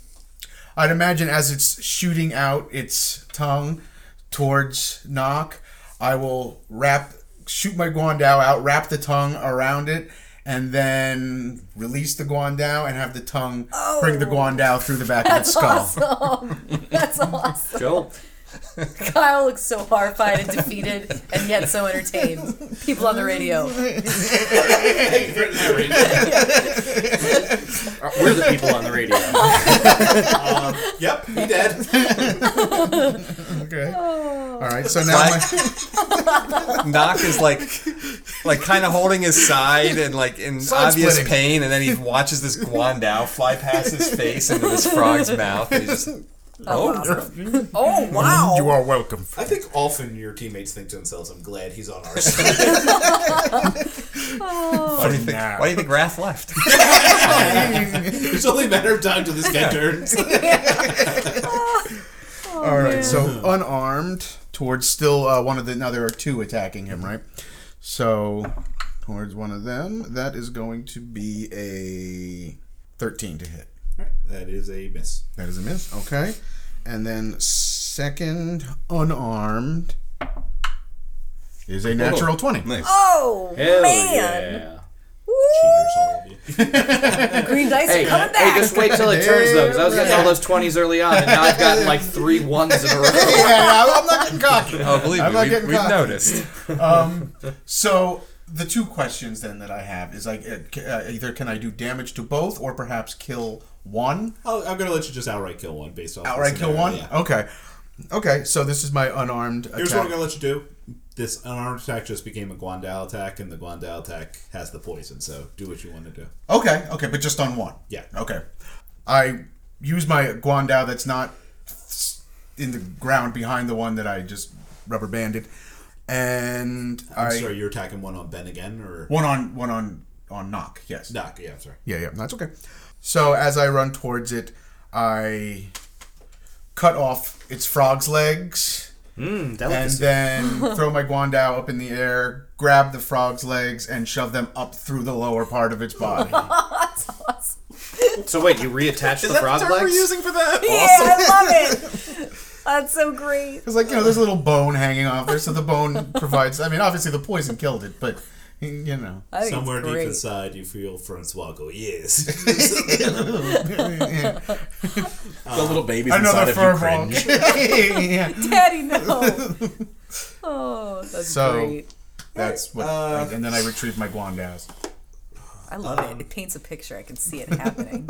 [SPEAKER 7] I'd imagine as it's shooting out its tongue towards Knock, I will wrap shoot my Guandao out, wrap the tongue around it. And then release the Guandao and have the tongue bring the Guandao through the back of its skull.
[SPEAKER 5] awesome. That's awesome.
[SPEAKER 1] Joel.
[SPEAKER 5] Kyle looks so horrified and defeated, and yet so entertained. People on the radio.
[SPEAKER 1] We're the people on the radio.
[SPEAKER 3] Yep. He dead.
[SPEAKER 7] Okay. All right. So now my,
[SPEAKER 2] Knock is like, like kind of holding his side and like in
[SPEAKER 7] Side
[SPEAKER 2] obvious
[SPEAKER 7] splitting.
[SPEAKER 2] pain, and then he watches this guandao fly past his face into this frog's mouth. And he's just, oh,
[SPEAKER 5] Oh wow!
[SPEAKER 7] you are welcome.
[SPEAKER 3] I think often your teammates think to themselves, "I'm glad he's on our side."
[SPEAKER 2] why do you think?
[SPEAKER 7] now.
[SPEAKER 2] Why do you think Wrath left?
[SPEAKER 3] it's only a matter of time till this guy turns.
[SPEAKER 7] All right, so unarmed towards still uh, one of the. Now there are two attacking him, right? So towards one of them, that is going to be a thirteen to hit.
[SPEAKER 3] that is a miss.
[SPEAKER 7] That is a miss. Okay, and then second unarmed is a natural twenty.
[SPEAKER 9] Nice.
[SPEAKER 5] Oh
[SPEAKER 1] Hell
[SPEAKER 5] man!
[SPEAKER 1] yeah.
[SPEAKER 3] Cheaters, all of you.
[SPEAKER 5] Green dice
[SPEAKER 1] Hey,
[SPEAKER 5] are coming
[SPEAKER 1] hey,
[SPEAKER 5] back.
[SPEAKER 1] just wait till it turns though, because I was getting all those twenties early on, and now I've gotten like three ones in a row.
[SPEAKER 7] yeah, I'm not getting cocky.
[SPEAKER 2] Oh, believe
[SPEAKER 7] I'm
[SPEAKER 2] me,
[SPEAKER 7] not
[SPEAKER 2] we've,
[SPEAKER 7] getting
[SPEAKER 2] we've
[SPEAKER 7] cocky.
[SPEAKER 2] noticed.
[SPEAKER 7] Um, so the two questions then that I have is like uh, c- uh, either can I do damage to both or perhaps kill one
[SPEAKER 3] I'll, I'm gonna let you just outright kill one based off. the
[SPEAKER 7] Outright kill
[SPEAKER 3] scenario,
[SPEAKER 7] one?
[SPEAKER 3] yeah.
[SPEAKER 7] Okay. Okay, so this is my unarmed
[SPEAKER 3] Here's what I'm
[SPEAKER 7] attack.
[SPEAKER 3] gonna let you do. This unarmed attack just became a Guandao attack, and the Guandao attack has the poison. So do what you want to do.
[SPEAKER 7] Okay, okay, but just on one.
[SPEAKER 3] Yeah.
[SPEAKER 7] Okay. I use my Guandao that's not s- in the ground behind the one that I just rubber banded. And
[SPEAKER 3] I'm
[SPEAKER 7] I
[SPEAKER 3] sorry, you're attacking one on Ben again, or
[SPEAKER 7] one on one on on knock, yes.
[SPEAKER 3] Doc? Yeah, I'm sorry.
[SPEAKER 7] Yeah, yeah, that's okay. So as I run towards it, I cut off its frog's legs.
[SPEAKER 5] Mm,
[SPEAKER 7] and then throw my guandao up in the air, grab the frog's legs, and shove them up through the lower part of its body.
[SPEAKER 1] So wait, you reattach the frog legs?
[SPEAKER 2] for that?
[SPEAKER 5] yeah, I love it. That's so great.
[SPEAKER 7] It's like you know, there's a little bone hanging off there, so the bone provides. I mean, obviously the poison killed it, but you know,
[SPEAKER 5] I think
[SPEAKER 3] Somewhere
[SPEAKER 5] it's
[SPEAKER 3] deep
[SPEAKER 5] great.
[SPEAKER 3] inside, you feel Francois go, "Yes." Uh,
[SPEAKER 9] The little babies inside
[SPEAKER 7] another
[SPEAKER 9] of you
[SPEAKER 7] furball.
[SPEAKER 9] cringe.
[SPEAKER 7] yeah.
[SPEAKER 5] Daddy, no. oh, that's
[SPEAKER 7] So-
[SPEAKER 5] great.
[SPEAKER 7] That's what. and then I retrieve my guandaos.
[SPEAKER 5] I love it. It paints a picture. I can see it happening.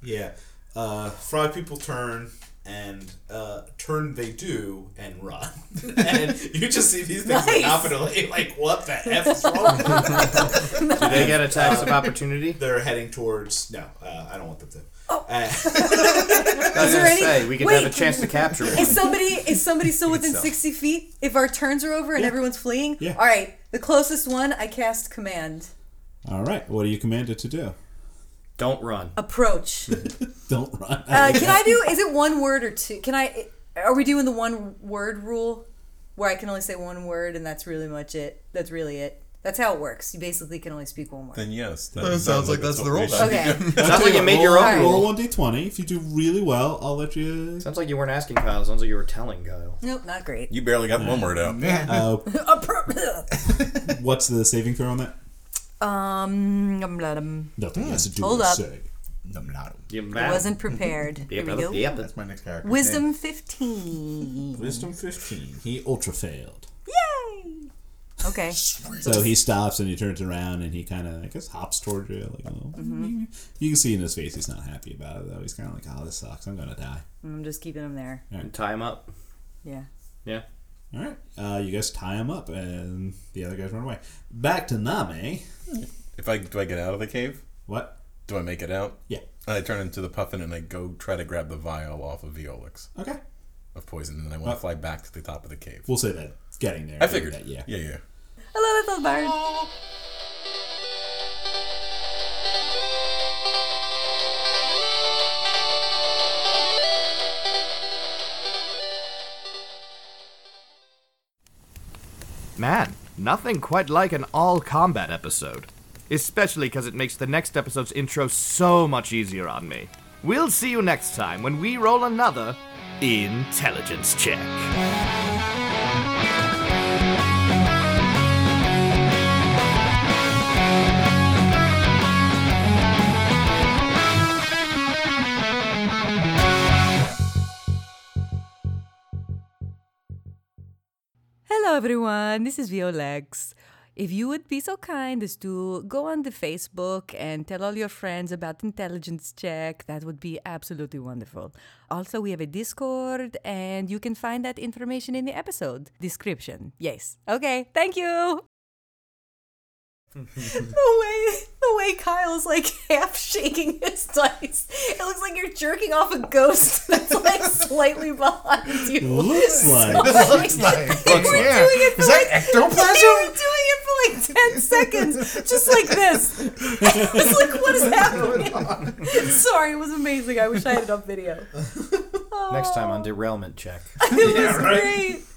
[SPEAKER 3] yeah. Uh, frog people turn and uh, turn they do and run, and you just see these things like,
[SPEAKER 5] Nice.
[SPEAKER 3] hop in a lane, like what the f is wrong? with them?
[SPEAKER 1] Do they get attacks of opportunity?
[SPEAKER 3] They're heading towards. No, uh, I don't want them to. Uh,
[SPEAKER 1] I was
[SPEAKER 5] there
[SPEAKER 1] gonna
[SPEAKER 5] any-
[SPEAKER 1] say we could
[SPEAKER 5] Wait.
[SPEAKER 1] have a chance to capture one.
[SPEAKER 5] Is somebody is somebody still within
[SPEAKER 2] sell.
[SPEAKER 5] sixty feet? If our turns are over and everyone's fleeing,
[SPEAKER 3] Yeah.
[SPEAKER 5] all right. The closest one, I cast command.
[SPEAKER 3] All right. What are you commanded to do?
[SPEAKER 12] Don't run.
[SPEAKER 5] Approach.
[SPEAKER 3] Don't run.
[SPEAKER 5] Uh, can I do? Is it one word or two? Can I? Are we doing the one word rule, where I can only say one word and that's really much it? That's really it. That's how it works. You basically can only speak one word.
[SPEAKER 9] Then yes,
[SPEAKER 13] That sounds like that's the rule.
[SPEAKER 5] Okay.
[SPEAKER 12] Sounds like you made your own
[SPEAKER 3] Roll
[SPEAKER 12] rule.
[SPEAKER 3] one d twenty. If you do really well, I'll let you.
[SPEAKER 12] Sounds like you weren't asking Kyle. Sounds like you were telling Kyle.
[SPEAKER 5] Nope, not great.
[SPEAKER 9] You barely got one word out.
[SPEAKER 3] Uh,
[SPEAKER 5] Appro-
[SPEAKER 3] what's the saving throw on that?
[SPEAKER 5] um, um, let 'em-
[SPEAKER 3] Nothing has to do
[SPEAKER 5] Hold
[SPEAKER 3] with
[SPEAKER 5] up.
[SPEAKER 3] save.
[SPEAKER 12] You
[SPEAKER 5] I
[SPEAKER 12] mad.
[SPEAKER 5] wasn't prepared.
[SPEAKER 12] Yep,
[SPEAKER 5] Here we go.
[SPEAKER 12] yep.
[SPEAKER 7] That's my next character.
[SPEAKER 5] Wisdom fifteen.
[SPEAKER 3] Wisdom fifteen. He ultra failed.
[SPEAKER 5] Yay! Okay.
[SPEAKER 3] So he stops and he turns around and he kind of, I guess, hops toward you. Like, oh.
[SPEAKER 5] Mm-hmm.
[SPEAKER 3] you, you can see in his face he's not happy about it though. He's kind of like, oh, this sucks. I'm gonna die.
[SPEAKER 5] I'm just keeping him there.
[SPEAKER 12] And tie him up.
[SPEAKER 5] Yeah.
[SPEAKER 12] Yeah.
[SPEAKER 3] All right. Uh, you guys tie him up and the other guys run away. Back to Nami.
[SPEAKER 9] If I do, I get out of the cave.
[SPEAKER 3] What?
[SPEAKER 9] Do I make it out?
[SPEAKER 3] Yeah.
[SPEAKER 9] I turn into the puffin and I go try to grab the vial off of Violix
[SPEAKER 3] Okay.
[SPEAKER 9] of poison, and then I want
[SPEAKER 13] Uh,
[SPEAKER 9] to fly back to the top of the cave.
[SPEAKER 3] We'll say that getting there.
[SPEAKER 9] I figured.
[SPEAKER 3] that. Yeah.
[SPEAKER 9] Yeah, yeah.
[SPEAKER 5] Hello, little bird.
[SPEAKER 1] Man, nothing quite like an all combat episode. Especially because it makes the next episode's intro so much easier on me. We'll see you next time when we roll another intelligence check.
[SPEAKER 5] Hello, everyone. This is Violex. If you would be so kind as to go on the Facebook and tell all your friends about Intelligence Check, that would be absolutely wonderful. Also, we have a Discord, and you can find that information in the episode description. Yes. Okay. Thank you. the way the way Kyle's like half shaking his dice, it looks like you're jerking off a ghost that's like slightly behind you.
[SPEAKER 3] Looks like.
[SPEAKER 7] Looks like.
[SPEAKER 5] They were
[SPEAKER 7] Yeah.
[SPEAKER 5] doing it for
[SPEAKER 7] Is
[SPEAKER 5] like
[SPEAKER 7] that
[SPEAKER 5] They were
[SPEAKER 7] ectoplasm?
[SPEAKER 5] doing it for like ten seconds, just like this. I was like, "What is happening?" Sorry, it was amazing. I wish I had it on video.
[SPEAKER 12] Next time on derailment check.
[SPEAKER 5] It was great.